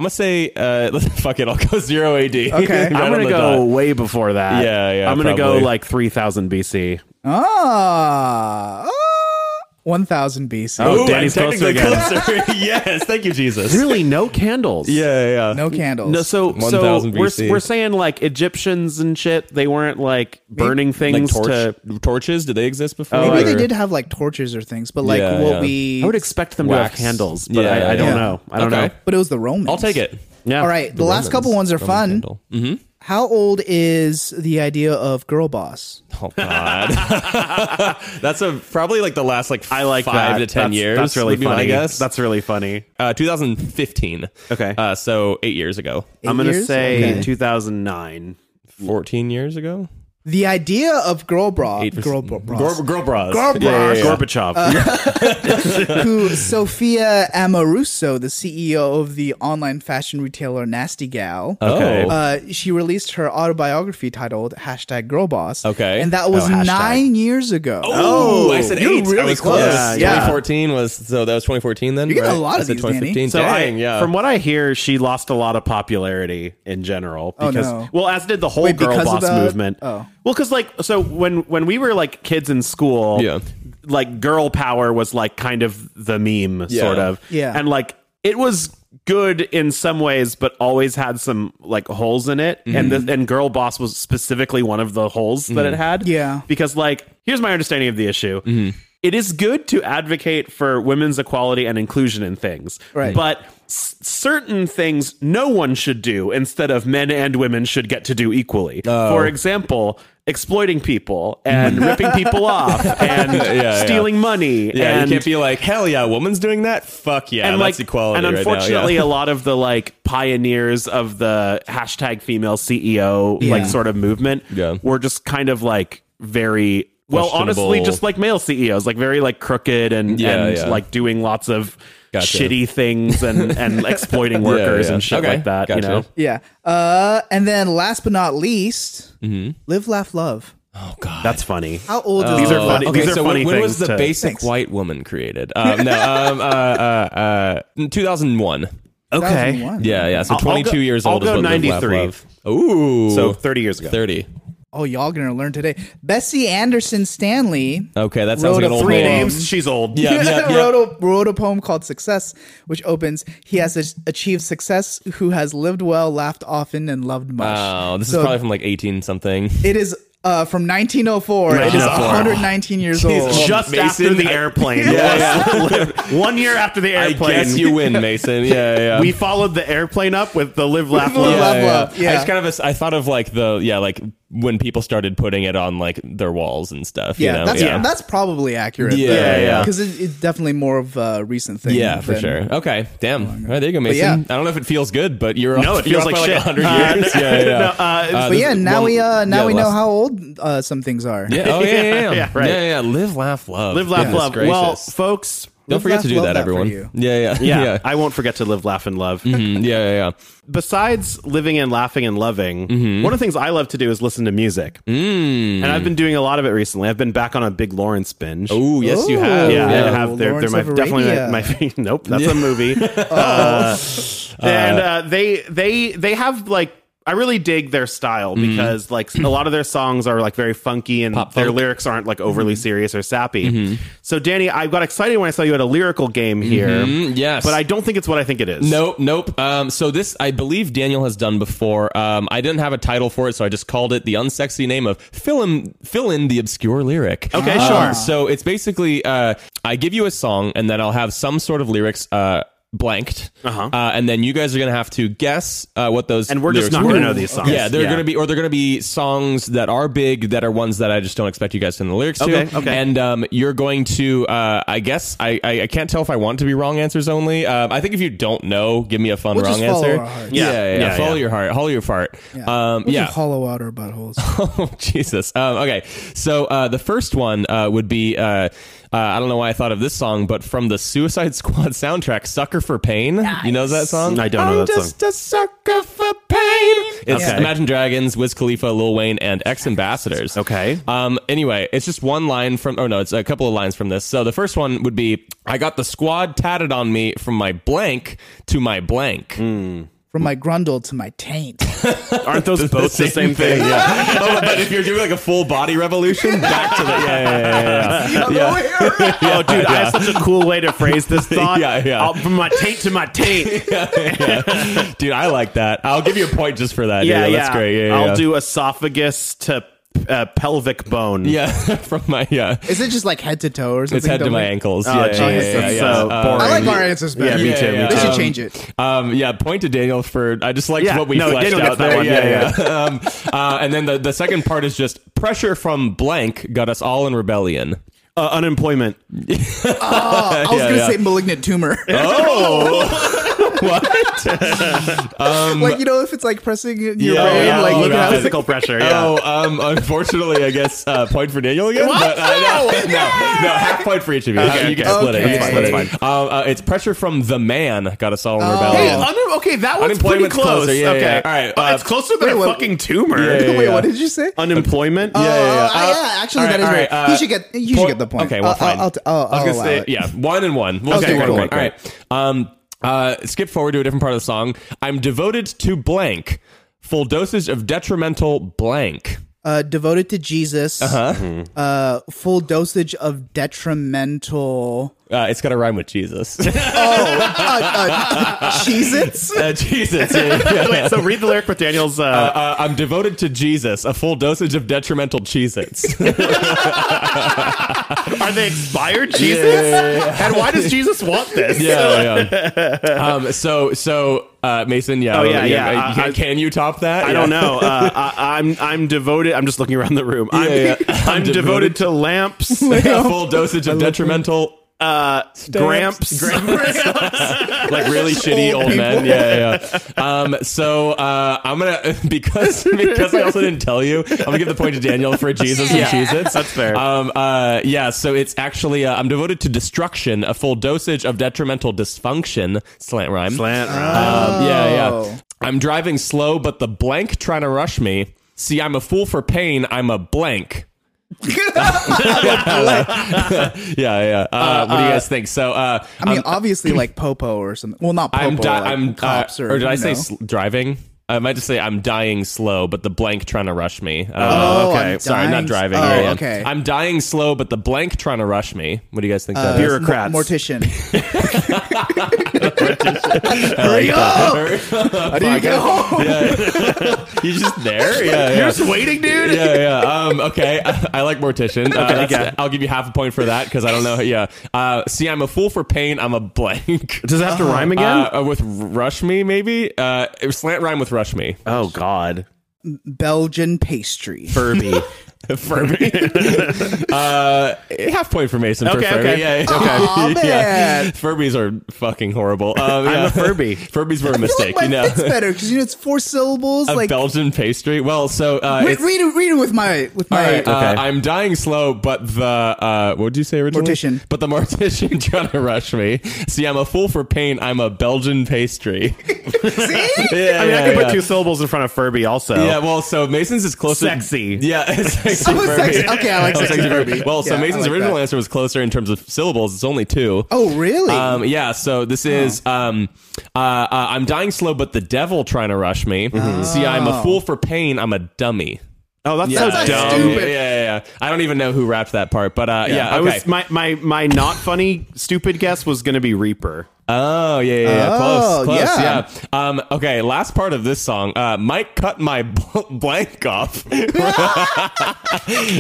Speaker 4: gonna say uh, fuck it. I'll go zero AD. Okay,
Speaker 2: I'm
Speaker 3: I'm gonna go way before that.
Speaker 4: Yeah, yeah,
Speaker 3: I'm gonna
Speaker 4: probably.
Speaker 3: go like 3000 BC.
Speaker 2: Ah, ah, 1000 BC.
Speaker 3: Oh,
Speaker 4: Ooh,
Speaker 3: Danny's
Speaker 4: I'm
Speaker 3: closer
Speaker 4: technically
Speaker 3: again.
Speaker 4: closer. yes, thank you, Jesus.
Speaker 3: Really, no candles.
Speaker 4: Yeah, yeah.
Speaker 2: No candles.
Speaker 3: No, so so
Speaker 4: 1000
Speaker 3: we're
Speaker 4: BC.
Speaker 3: we're saying like Egyptians and shit. They weren't like burning things
Speaker 4: like
Speaker 3: to.
Speaker 4: torch, torches. Did they exist before?
Speaker 2: Maybe they
Speaker 4: Or-
Speaker 2: did have like torches or things, but like
Speaker 4: Yeah,
Speaker 2: what
Speaker 4: yeah.
Speaker 2: we.
Speaker 3: I would expect them to have
Speaker 4: Wax.
Speaker 3: candles, but
Speaker 4: Yeah,
Speaker 3: I, I don't
Speaker 2: yeah.
Speaker 3: know. I don't
Speaker 4: Okay.
Speaker 3: know.
Speaker 2: but it was the Romans.
Speaker 4: I'll take it.
Speaker 3: Yeah.
Speaker 2: All right, the, last couple ones are fun.
Speaker 4: hmm
Speaker 2: How old is the idea of girl boss?
Speaker 4: Oh God, that's a probably like the last like
Speaker 3: I like
Speaker 4: five
Speaker 3: that.
Speaker 4: to ten
Speaker 3: That's-
Speaker 4: years.
Speaker 3: That's really
Speaker 4: would be my
Speaker 3: funny.
Speaker 4: guess.
Speaker 3: That's really funny.
Speaker 4: uh, 2015.
Speaker 3: Okay.
Speaker 4: uh, so eight years ago,
Speaker 2: Eight
Speaker 3: I'm gonna
Speaker 2: years?
Speaker 3: say
Speaker 2: Okay.
Speaker 3: 2009.
Speaker 4: 14 years ago.
Speaker 2: the idea of girl bra,
Speaker 4: Eight
Speaker 2: girl bra,
Speaker 4: Girl, girl bras.
Speaker 2: Girl
Speaker 4: Yeah, yeah, yeah.
Speaker 2: bras.
Speaker 3: Gorbachev.
Speaker 2: Uh, who Sophia Amoruso, the CEO of the online fashion retailer Nasty Gal.
Speaker 4: Okay.
Speaker 3: Oh.
Speaker 2: Uh, she released her autobiography titled hashtag girl boss
Speaker 4: Okay.
Speaker 2: and that was
Speaker 3: Oh, hashtag.
Speaker 2: nine years ago
Speaker 4: Oh, I said
Speaker 2: You're
Speaker 4: eight. I
Speaker 2: really
Speaker 4: was close.
Speaker 2: close.
Speaker 4: Yeah,
Speaker 3: Yeah.
Speaker 4: 2014 was so that was 2014 then.
Speaker 2: You're getting
Speaker 4: right?
Speaker 2: a lot
Speaker 4: I
Speaker 2: of
Speaker 4: said
Speaker 2: these,
Speaker 4: 2015.
Speaker 2: Danny.
Speaker 4: So
Speaker 3: So I-
Speaker 4: Dang, yeah.
Speaker 3: from what I hear, she lost a lot of popularity in general
Speaker 2: Oh,
Speaker 3: because
Speaker 2: no.
Speaker 3: well, as did the whole
Speaker 2: Wait,
Speaker 3: girl
Speaker 2: because
Speaker 3: boss
Speaker 2: of the-
Speaker 3: movement.
Speaker 2: oh.
Speaker 3: Well, cuz like so when when we were like kids in school,
Speaker 4: Yeah.
Speaker 3: like girl power was like kind of the meme
Speaker 4: Yeah.
Speaker 3: sort of.
Speaker 2: Yeah.
Speaker 3: And like it was good in some ways but always had some like holes in it and
Speaker 4: Mm-hmm.
Speaker 3: the, and girl boss was specifically one of the holes that it had
Speaker 2: Yeah.
Speaker 3: because like here's my understanding of the issue
Speaker 4: Mm-hmm.
Speaker 3: It is good to advocate for women's equality and inclusion in things
Speaker 2: Right.
Speaker 3: but s- certain things no one should do instead of men and women should get to do equally
Speaker 4: Oh.
Speaker 3: for example exploiting people and ripping people off and
Speaker 4: yeah.
Speaker 3: stealing money
Speaker 4: yeah,
Speaker 3: and
Speaker 4: you can't be like hell yeah, woman's doing that. Fuck yeah,
Speaker 3: and
Speaker 4: Uh, that's
Speaker 3: like
Speaker 4: equality.
Speaker 3: and
Speaker 4: right now, yeah.
Speaker 3: unfortunately a lot of the like pioneers of the hashtag female ceo like sort of movement
Speaker 4: Yeah.
Speaker 3: were just kind of like very well honestly
Speaker 4: Questionable.
Speaker 3: just like male ceos like very like crooked and
Speaker 4: Yeah,
Speaker 3: and
Speaker 4: yeah.
Speaker 3: like doing lots of
Speaker 4: Gotcha.
Speaker 3: shitty things and and exploiting workers
Speaker 4: yeah.
Speaker 3: and shit
Speaker 4: Okay,
Speaker 3: like that you
Speaker 4: gotcha.
Speaker 3: know
Speaker 2: yeah uh, and then last but not least live laugh love
Speaker 4: oh god.
Speaker 3: that's funny
Speaker 2: how old is
Speaker 3: These are
Speaker 2: Live,
Speaker 3: funny-
Speaker 2: Laugh,
Speaker 4: Okay,
Speaker 3: these are
Speaker 4: so
Speaker 3: funny
Speaker 4: when, when was
Speaker 3: things
Speaker 4: the
Speaker 3: to-
Speaker 4: basic
Speaker 2: Thanks.
Speaker 4: white woman created? Um, no, um, uh, uh, uh, 2001.
Speaker 3: okay
Speaker 2: 2001.
Speaker 4: Yeah, yeah. So
Speaker 3: I'll- I'll
Speaker 4: 22
Speaker 3: go-
Speaker 4: years
Speaker 3: I'll
Speaker 4: old is
Speaker 3: go
Speaker 4: when Live, Laugh,
Speaker 3: 93.
Speaker 4: Love. Ooh,
Speaker 3: so 30 years ago
Speaker 4: 30.
Speaker 2: Oh, y'all gonna learn today. Bessie Anderson Stanley
Speaker 4: Okay, that
Speaker 2: Wrote
Speaker 4: sounds like an
Speaker 2: a
Speaker 4: old
Speaker 2: three
Speaker 4: poem.
Speaker 2: names
Speaker 3: she's old
Speaker 4: Yeah, yeah, yeah.
Speaker 2: wrote, a, wrote a poem called Success, which opens He has a- achieved success who has lived well, laughed often, and loved much.
Speaker 4: Oh, this
Speaker 2: So-
Speaker 4: is probably from like 18 something.
Speaker 2: It is uh, from 1904. It is
Speaker 3: 1904.
Speaker 2: 119 years old.
Speaker 4: oh Jesus.
Speaker 3: just after
Speaker 4: Mason,
Speaker 3: the
Speaker 4: I-
Speaker 3: airplane one year after the
Speaker 4: I
Speaker 3: airplane
Speaker 4: guess you win, Mason. Yeah, yeah.
Speaker 3: we followed the airplane up with the live
Speaker 2: Live,
Speaker 3: laugh love
Speaker 2: Laugh, Love,
Speaker 4: I
Speaker 2: yeah.
Speaker 4: just kind of I thought of like the yeah like when people started putting it on like their walls and stuff.
Speaker 2: Yeah,
Speaker 4: you know?
Speaker 2: that's
Speaker 4: yeah.
Speaker 2: that's probably accurate.
Speaker 4: Yeah, yeah, yeah.
Speaker 2: Because it, it's definitely more of a recent thing.
Speaker 4: yeah, for
Speaker 2: than-
Speaker 4: sure. Okay, damn. All right, there you go, Mason.
Speaker 2: yeah.
Speaker 4: I don't know if it feels good, but you're
Speaker 3: No,
Speaker 4: off,
Speaker 3: it
Speaker 4: you're
Speaker 3: feels
Speaker 4: off by
Speaker 3: like shit.
Speaker 4: like 100
Speaker 3: Uh,
Speaker 4: years. yeah, yeah.
Speaker 3: No,
Speaker 4: yeah.
Speaker 3: uh,
Speaker 4: Uh,
Speaker 2: But
Speaker 4: this
Speaker 2: yeah,
Speaker 4: is
Speaker 2: now
Speaker 4: one-
Speaker 2: we uh, now
Speaker 4: yeah,
Speaker 2: we know
Speaker 4: last-
Speaker 2: how old uh, some things are.
Speaker 4: Yeah, oh yeah, yeah, yeah.
Speaker 3: Yeah, right.
Speaker 4: yeah, yeah. Live, laugh, love.
Speaker 3: live laugh
Speaker 4: Goodness
Speaker 3: love
Speaker 4: gracious.
Speaker 3: well folks
Speaker 4: don't forget
Speaker 2: laugh,
Speaker 4: to do
Speaker 2: love
Speaker 4: that,
Speaker 2: that for
Speaker 4: everyone.
Speaker 2: you.
Speaker 4: Yeah, yeah,
Speaker 3: yeah,
Speaker 4: yeah.
Speaker 3: i won't forget to live laugh and love
Speaker 4: Mm, yeah, yeah, yeah.
Speaker 3: besides living and laughing and loving
Speaker 4: Mm-hmm.
Speaker 3: one of the things i love to do is listen to music
Speaker 4: Mm.
Speaker 3: and i've been doing a lot of it recently i've been back on a big lawrence binge
Speaker 4: Oh, yes, you have.
Speaker 2: Ooh.
Speaker 3: yeah,
Speaker 2: Yeah.
Speaker 3: I have. They're, they're
Speaker 2: Lawrence
Speaker 3: my,
Speaker 2: of
Speaker 3: definitely my,
Speaker 2: Arabia.
Speaker 3: my favorite. Nope, that's a movie. Uh,
Speaker 4: Oh.
Speaker 3: and uh, they they they have like I really dig their style because like a lot of their songs are like very funky and
Speaker 4: Mm-hmm. Pop
Speaker 3: their
Speaker 4: funk. Mm-hmm.
Speaker 3: lyrics aren't like overly serious or sappy. So Danny, I got excited when I saw you at a lyrical game here,
Speaker 4: Mm, yes.
Speaker 3: but I don't think it's what I think it is.
Speaker 4: Nope, nope. Um, so this, I believe, Daniel has done before. Um, I didn't have a title for it, so I just called it the unsexy name of fill in, fill in the obscure lyric.
Speaker 3: Okay,
Speaker 4: Um,
Speaker 3: sure.
Speaker 4: So it's basically uh, I give you a song, and then I'll have some sort of lyrics. Uh, blanked
Speaker 3: Uh-huh.
Speaker 4: Uh, and then you guys are gonna have to guess uh, what those
Speaker 3: And we're just
Speaker 4: lyrics
Speaker 3: not
Speaker 4: were.
Speaker 3: gonna know these songs.
Speaker 4: yeah they're
Speaker 3: Yeah.
Speaker 4: gonna be or they're gonna be songs that are big that are ones that i just don't expect you guys to know the lyrics
Speaker 3: Okay,
Speaker 4: to
Speaker 3: okay.
Speaker 4: and um, you're going to uh, i guess I, I i can't tell if i want to be wrong answers only um, i think if you don't know give me a fun
Speaker 2: We'll
Speaker 4: wrong
Speaker 2: just follow
Speaker 4: answer
Speaker 2: our hearts.
Speaker 4: yeah yeah, yeah.
Speaker 3: Yeah,
Speaker 4: follow
Speaker 3: yeah.
Speaker 4: your heart follow your fart um
Speaker 2: We'll just
Speaker 4: yeah
Speaker 2: Hollow out our buttholes.
Speaker 4: oh jesus um, okay so uh, the first one uh, would be uh, uh, i don't know why i thought of this song but from the suicide squad soundtrack sucker for pain you know that song
Speaker 3: I don't know
Speaker 4: I'm
Speaker 3: that song.
Speaker 4: just a sucker for pain It's
Speaker 3: Okay.
Speaker 4: Imagine Dragons, Wiz Khalifa, Lil Wayne, and ex ambassadors.
Speaker 3: Okay.
Speaker 4: Um, anyway, it's just one line from, or no, it's a couple of lines from this. So the first one would be I got the squad tatted on me from my blank to my blank.
Speaker 2: From my grundle to my taint.
Speaker 3: Aren't those both the same thing?
Speaker 4: Yeah. oh, but if you're doing like a full body revolution, back to the. Yeah, yeah, yeah, yeah.
Speaker 3: Oh, dude, I have such a cool way to phrase this thought.
Speaker 4: Yeah, yeah.
Speaker 3: I'll- from my taint to my taint.
Speaker 4: Dude, I like that. I'll give you a point just for that.
Speaker 3: yeah,
Speaker 4: Yeah,
Speaker 3: yeah,
Speaker 4: that's great. Yeah, yeah,
Speaker 3: I'll
Speaker 4: yeah.
Speaker 3: do esophagus to uh, pelvic bone.
Speaker 4: Yeah, from my yeah,
Speaker 2: Is it just like head to toe or something?
Speaker 4: it's head to
Speaker 2: Don't
Speaker 4: my
Speaker 2: we-
Speaker 4: ankles.
Speaker 3: Oh,
Speaker 4: yeah,
Speaker 3: jeez,
Speaker 4: yeah, yeah,
Speaker 3: that's
Speaker 4: yeah, yeah.
Speaker 3: so
Speaker 4: Uh,
Speaker 3: boring.
Speaker 2: I like our answers better.
Speaker 3: Yeah, me too, me
Speaker 2: They
Speaker 4: too.
Speaker 2: should
Speaker 4: Um,
Speaker 2: change it.
Speaker 4: Um, yeah, point to Daniel for I just liked
Speaker 3: Yeah,
Speaker 4: what we
Speaker 3: no,
Speaker 4: fleshed
Speaker 3: Daniel
Speaker 4: out
Speaker 3: gets that
Speaker 4: there.
Speaker 3: one.
Speaker 4: Yeah, yeah. um, uh, and then the, the second part is just pressure from blank got us all in rebellion.
Speaker 3: Uh, unemployment.
Speaker 4: Oh,
Speaker 2: I was
Speaker 4: yeah,
Speaker 2: gonna
Speaker 4: yeah.
Speaker 2: say malignant tumor.
Speaker 4: what?
Speaker 2: like you know, if it's like pressing in your
Speaker 4: Um, Yeah,
Speaker 2: brain,
Speaker 4: yeah,
Speaker 2: like
Speaker 4: yeah.
Speaker 2: look at
Speaker 4: Yeah.
Speaker 2: how
Speaker 3: physical pressure. Yeah.
Speaker 4: Oh, um, unfortunately, I guess uh, point for Daniel again.
Speaker 2: What?
Speaker 4: But, uh, no, no, no, half point for each of you.
Speaker 3: Okay,
Speaker 4: you can
Speaker 3: okay.
Speaker 4: split it.
Speaker 2: Okay.
Speaker 4: It's fine.
Speaker 3: That's Oh.
Speaker 4: It's, fine. Um, uh, it's pressure from the man got us all in rebellion.
Speaker 3: Hey, un- okay, that one's pretty
Speaker 4: Unemployment's
Speaker 3: close.
Speaker 4: closer, yeah,
Speaker 3: okay,
Speaker 4: yeah, yeah. All right,
Speaker 3: Uh,
Speaker 4: uh,
Speaker 3: it's closer than
Speaker 2: wait,
Speaker 3: a
Speaker 2: what-
Speaker 3: fucking tumor.
Speaker 4: yeah,
Speaker 2: Wait,
Speaker 4: yeah. Uh,
Speaker 2: what did you say?
Speaker 3: Unemployment.
Speaker 2: Oh,
Speaker 4: yeah, yeah.
Speaker 2: I-
Speaker 4: Uh,
Speaker 2: yeah, actually,
Speaker 4: all right,
Speaker 2: that is
Speaker 4: all
Speaker 2: right.
Speaker 4: right,
Speaker 2: he
Speaker 4: uh,
Speaker 2: should get. You should
Speaker 4: point-
Speaker 2: get the point.
Speaker 4: Okay, well,
Speaker 2: I'll,
Speaker 4: fine.
Speaker 2: I'll, I'll,
Speaker 4: I
Speaker 2: I'll
Speaker 4: was gonna
Speaker 2: allow
Speaker 4: say,
Speaker 2: it.
Speaker 4: yeah, one and one. We'll
Speaker 2: Okay,
Speaker 4: okay, one
Speaker 2: cool,
Speaker 4: and one.
Speaker 2: cool,
Speaker 4: All right. Um, uh, skip forward to a different part of the song. I'm devoted to blank. Full dosage of detrimental blank.
Speaker 2: Uh, devoted to Jesus. Uh-huh. full dosage of detrimental.
Speaker 4: Uh, it's got to rhyme with Jesus. uh,
Speaker 2: Oh, uh, uh, Cheez-Its?
Speaker 4: Jesus. yeah, yeah, yeah.
Speaker 3: Wait, so read the lyric with Daniel's. Uh,
Speaker 4: Uh, I'm devoted to Jesus. A full dosage of detrimental Cheez-Its. Uh,
Speaker 3: are they expired, Jesus? And why does Jesus want this?
Speaker 4: yeah, yeah. Um, so, so uh, Mason, yeah,
Speaker 3: Oh, yeah, yeah.
Speaker 4: uh, Can,
Speaker 3: I- I-
Speaker 4: can you top that?
Speaker 3: I don't know. Uh, I, I'm I'm devoted. I'm just looking around the room. I'm,
Speaker 4: yeah.
Speaker 3: I'm,
Speaker 4: I'm
Speaker 3: devoted
Speaker 4: devoted.
Speaker 3: to lamps,
Speaker 4: A full dosage of detrimental
Speaker 3: uh, gramps.
Speaker 4: like really shitty old, men. Yeah, yeah, yeah. Um, so uh, I'm gonna because because I also didn't tell you, I'm gonna give the point to Daniel for Jesus
Speaker 2: Yeah.
Speaker 4: and Cheez-Its.
Speaker 3: That's fair.
Speaker 4: Um, uh, yeah, so it's actually uh, I'm devoted to destruction, a full dosage of detrimental dysfunction. Slant rhyme.
Speaker 3: Slant rhyme.
Speaker 4: Um, yeah,
Speaker 2: Oh.
Speaker 4: yeah. I'm driving slow, but the blank trying to rush me. See, I'm a fool for pain. I'm a blank. yeah, yeah. Uh, what do you guys think? So, uh,
Speaker 2: I mean, obviously, like Popo or something. Well, not Popo.
Speaker 4: I'm di-
Speaker 2: like
Speaker 4: I'm uh,
Speaker 2: cops or,
Speaker 4: or, did I
Speaker 2: you
Speaker 4: say
Speaker 2: know.
Speaker 4: sl- driving? I might just say I'm dying slow, but the blank trying to rush me. Uh,
Speaker 2: Oh,
Speaker 3: okay.
Speaker 2: I'm
Speaker 4: sorry, I'm
Speaker 2: dying-
Speaker 4: not driving.
Speaker 2: Oh,
Speaker 4: Yeah, yeah.
Speaker 2: okay. Uh,
Speaker 4: I'm dying slow, but the blank trying to rush me. What do you guys think? that is?
Speaker 3: Bureau- bureaucrats.
Speaker 2: Mo- mortician. Hurry up! I need to get home.
Speaker 4: you just there? Yeah, yeah.
Speaker 3: You're just waiting, dude.
Speaker 4: yeah, yeah. Um, okay, I, I like mortician. Uh, that's-
Speaker 3: yeah.
Speaker 4: I'll give you half a point for that because I don't know. Yeah. Uh, see, I'm a fool for pain. I'm a blank.
Speaker 3: Does it have to rhyme again?
Speaker 4: Uh, uh, with rush me, maybe. Uh, slant rhyme with rush me.
Speaker 3: oh God,
Speaker 2: Belgian pastry.
Speaker 3: Furby.
Speaker 4: Furby. uh, half point for Mason for
Speaker 3: Okay,
Speaker 4: Furby.
Speaker 3: okay.
Speaker 4: Yeah, yeah,
Speaker 2: Aw,
Speaker 4: okay.
Speaker 2: man.
Speaker 4: Furbies are fucking horrible. Um,
Speaker 3: I'm
Speaker 4: yeah.
Speaker 3: a Furby.
Speaker 4: Furbies were a
Speaker 2: I feel
Speaker 4: mistake,
Speaker 2: like my
Speaker 4: you know.
Speaker 2: fit's better because you know it's four syllables.
Speaker 4: A
Speaker 2: like
Speaker 4: Belgian pastry. Well, so uh,
Speaker 2: read,
Speaker 4: it's.
Speaker 2: read it, read it with my with
Speaker 4: All
Speaker 2: my.
Speaker 4: right, uh,
Speaker 3: Okay.
Speaker 4: I'm dying slow, but the uh, what did you say originally?
Speaker 2: Mortician.
Speaker 4: But the mortician trying to rush me. See, I'm a fool for pain. I'm a Belgian pastry.
Speaker 2: see?
Speaker 4: yeah,
Speaker 3: I mean,
Speaker 4: yeah,
Speaker 3: I could
Speaker 4: yeah.
Speaker 3: put two syllables in front of Furby also.
Speaker 4: Yeah, well, so Mason's is closer.
Speaker 3: Sexy.
Speaker 4: Yeah, sexy.
Speaker 2: I was
Speaker 4: Furby.
Speaker 2: sexy. Okay, I like
Speaker 4: Oh,
Speaker 2: sexy
Speaker 4: sexy
Speaker 2: Furby.
Speaker 4: Furby. Well, so
Speaker 2: Yeah, I
Speaker 4: Mason's
Speaker 2: like
Speaker 4: original
Speaker 2: that.
Speaker 4: answer was closer in terms of syllables. It's only two.
Speaker 2: Oh really?
Speaker 4: Um, yeah, so this is um, uh, uh, I'm dying slow, but the devil trying to rush me.
Speaker 2: Mm-hmm.
Speaker 4: Mm-hmm. See, I'm a fool for pain. I'm a dummy.
Speaker 3: Oh, that's
Speaker 4: Yeah,
Speaker 3: so
Speaker 2: Oh. That's
Speaker 3: dumb.
Speaker 4: Yeah,
Speaker 2: stupid.
Speaker 4: yeah, yeah. I don't even know who rapped that part, but uh, yeah, okay.
Speaker 3: I was my, my my not funny stupid guess was gonna be Reaper.
Speaker 4: Oh yeah, yeah, yeah.
Speaker 2: Oh,
Speaker 4: close, close,
Speaker 2: yeah.
Speaker 4: yeah. Um, okay, last part of this song. Uh, Mike cut my bl- blank off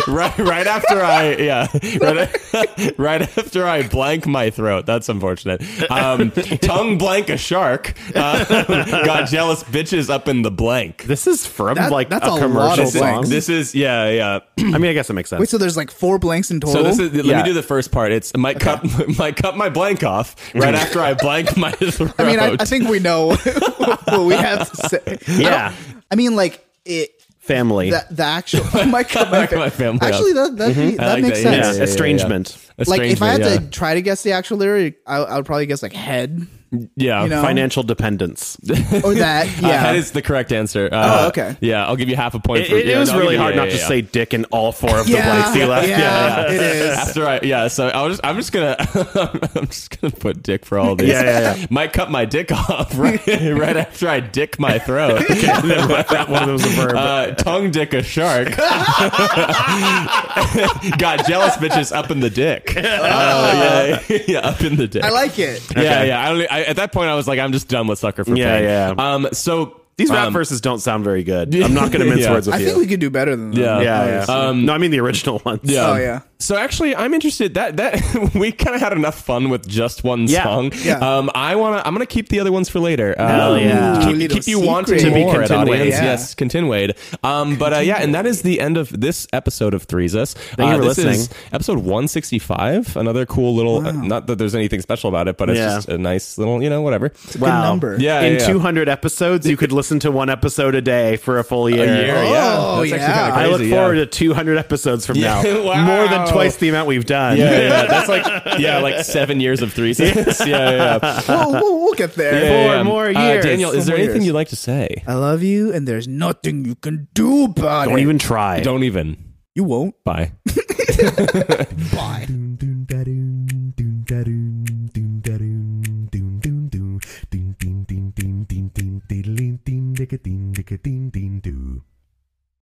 Speaker 4: right, right after I, yeah, right, right after I blank my throat. That's unfortunate. Um, tongue blank a shark. Uh, got jealous bitches up in the blank.
Speaker 3: This is from
Speaker 2: That-
Speaker 3: like
Speaker 2: that's a
Speaker 3: a
Speaker 2: lot
Speaker 3: commercial
Speaker 2: of
Speaker 3: song.
Speaker 2: blanks.
Speaker 4: This is yeah, yeah.
Speaker 3: I mean, I guess it makes sense.
Speaker 2: Wait, so there's like four blanks in total.
Speaker 4: So this is let
Speaker 3: Yeah.
Speaker 4: me do the first part. It's Mike cut Mike cut my blank off right after I blank my throat.
Speaker 2: I mean, I, I think we know what we have to say.
Speaker 3: yeah,
Speaker 2: I mean, like it.
Speaker 3: family.
Speaker 2: The, the actual oh my god, my,
Speaker 4: Like my family, Mm-hmm.
Speaker 2: Actually, that that, that
Speaker 4: like
Speaker 2: makes
Speaker 4: that, yeah,
Speaker 2: sense.
Speaker 3: yeah, estrangement.
Speaker 2: Like if I
Speaker 4: Estrangement,
Speaker 2: had
Speaker 4: yeah.
Speaker 2: to try to guess the actual lyric, I, I would probably guess like head.
Speaker 4: Yeah.
Speaker 2: You know?
Speaker 3: Financial dependence. It,
Speaker 2: or that.
Speaker 4: Uh,
Speaker 2: Yeah.
Speaker 4: that is the correct answer. Uh,
Speaker 2: Oh, okay.
Speaker 4: Yeah, I'll give you half a point. for
Speaker 3: it
Speaker 4: yeah,
Speaker 3: was
Speaker 4: no, I'll
Speaker 3: really
Speaker 4: give you-
Speaker 3: hard
Speaker 4: yeah,
Speaker 3: not
Speaker 4: yeah,
Speaker 3: to
Speaker 4: yeah.
Speaker 3: say dick in all four of the
Speaker 2: Yeah,
Speaker 3: blanks he left.
Speaker 2: yeah, it is.
Speaker 4: After I yeah, so I was I'm just gonna I'm just gonna put dick for all these.
Speaker 3: Yeah, yeah,
Speaker 4: Might cut my dick off right right after I dick my throat.
Speaker 3: that one was a verb.
Speaker 4: Uh, tongue dick a shark. Got jealous bitches up in the dick. Uh, yeah, yeah, up in the dick.
Speaker 2: I like it.
Speaker 4: Yeah,
Speaker 3: Okay.
Speaker 4: yeah. I, don't- I, at that point, I was like, I'm just done with sucker for
Speaker 3: Yeah,
Speaker 4: Pain.
Speaker 3: yeah.
Speaker 4: Um, so
Speaker 3: These rap
Speaker 4: um,
Speaker 3: verses don't sound very good. I'm not going to mince
Speaker 4: Yeah.
Speaker 3: words with
Speaker 2: I
Speaker 3: you.
Speaker 2: think we could do better than that.
Speaker 4: Yeah.
Speaker 3: yeah, yeah.
Speaker 4: Um,
Speaker 3: no, I mean the original ones.
Speaker 4: Yeah.
Speaker 2: Oh, yeah.
Speaker 4: So actually, I'm interested that that we kind of had enough fun with just one
Speaker 3: Yeah.
Speaker 4: song.
Speaker 2: Yeah.
Speaker 4: Um, I wanna I'm gonna keep the other ones for later.
Speaker 3: Hell
Speaker 4: Um,
Speaker 3: yeah.
Speaker 2: Ooh,
Speaker 4: Keep,
Speaker 2: little
Speaker 4: keep you wanting to
Speaker 2: secret.
Speaker 4: be
Speaker 3: More at
Speaker 4: continued.
Speaker 3: audience.
Speaker 2: Yeah.
Speaker 4: Yes, continued. Um, but uh, yeah, and that is the end of this episode of Threes Us.
Speaker 3: Thank you
Speaker 4: uh,
Speaker 3: for
Speaker 4: this
Speaker 3: listening.
Speaker 4: is episode 165. Another cool little. uh, not that there's anything special about it, but it's
Speaker 3: Yeah.
Speaker 4: just a nice little, you know, whatever.
Speaker 2: Good number.
Speaker 4: Yeah.
Speaker 3: in
Speaker 4: yeah.
Speaker 3: 200 episodes, you could listen to one episode a day for a full year.
Speaker 4: A year, Uh, yeah.
Speaker 2: Oh,
Speaker 4: That's actually
Speaker 2: yeah.
Speaker 4: kinda
Speaker 3: I look
Speaker 4: crazy, yeah.
Speaker 3: forward to 200 episodes from
Speaker 4: Yeah.
Speaker 3: now.
Speaker 4: Wow.
Speaker 3: More than twice the amount we've done.
Speaker 4: Yeah, yeah, yeah. that's like yeah, like seven years of threes. yeah, yeah, yeah.
Speaker 2: We'll, we'll, we'll get there.
Speaker 4: Yeah, yeah,
Speaker 3: Four
Speaker 4: yeah.
Speaker 3: more
Speaker 4: Uh,
Speaker 3: years.
Speaker 4: Daniel, is
Speaker 2: Four
Speaker 4: there
Speaker 2: more
Speaker 4: anything
Speaker 2: years.
Speaker 4: you'd like to say?
Speaker 2: I love you, and there's nothing you can do about
Speaker 3: Don't
Speaker 2: it.
Speaker 3: even try.
Speaker 4: Don't even.
Speaker 2: you won't.
Speaker 4: Bye.
Speaker 2: Bye.
Speaker 5: Bye.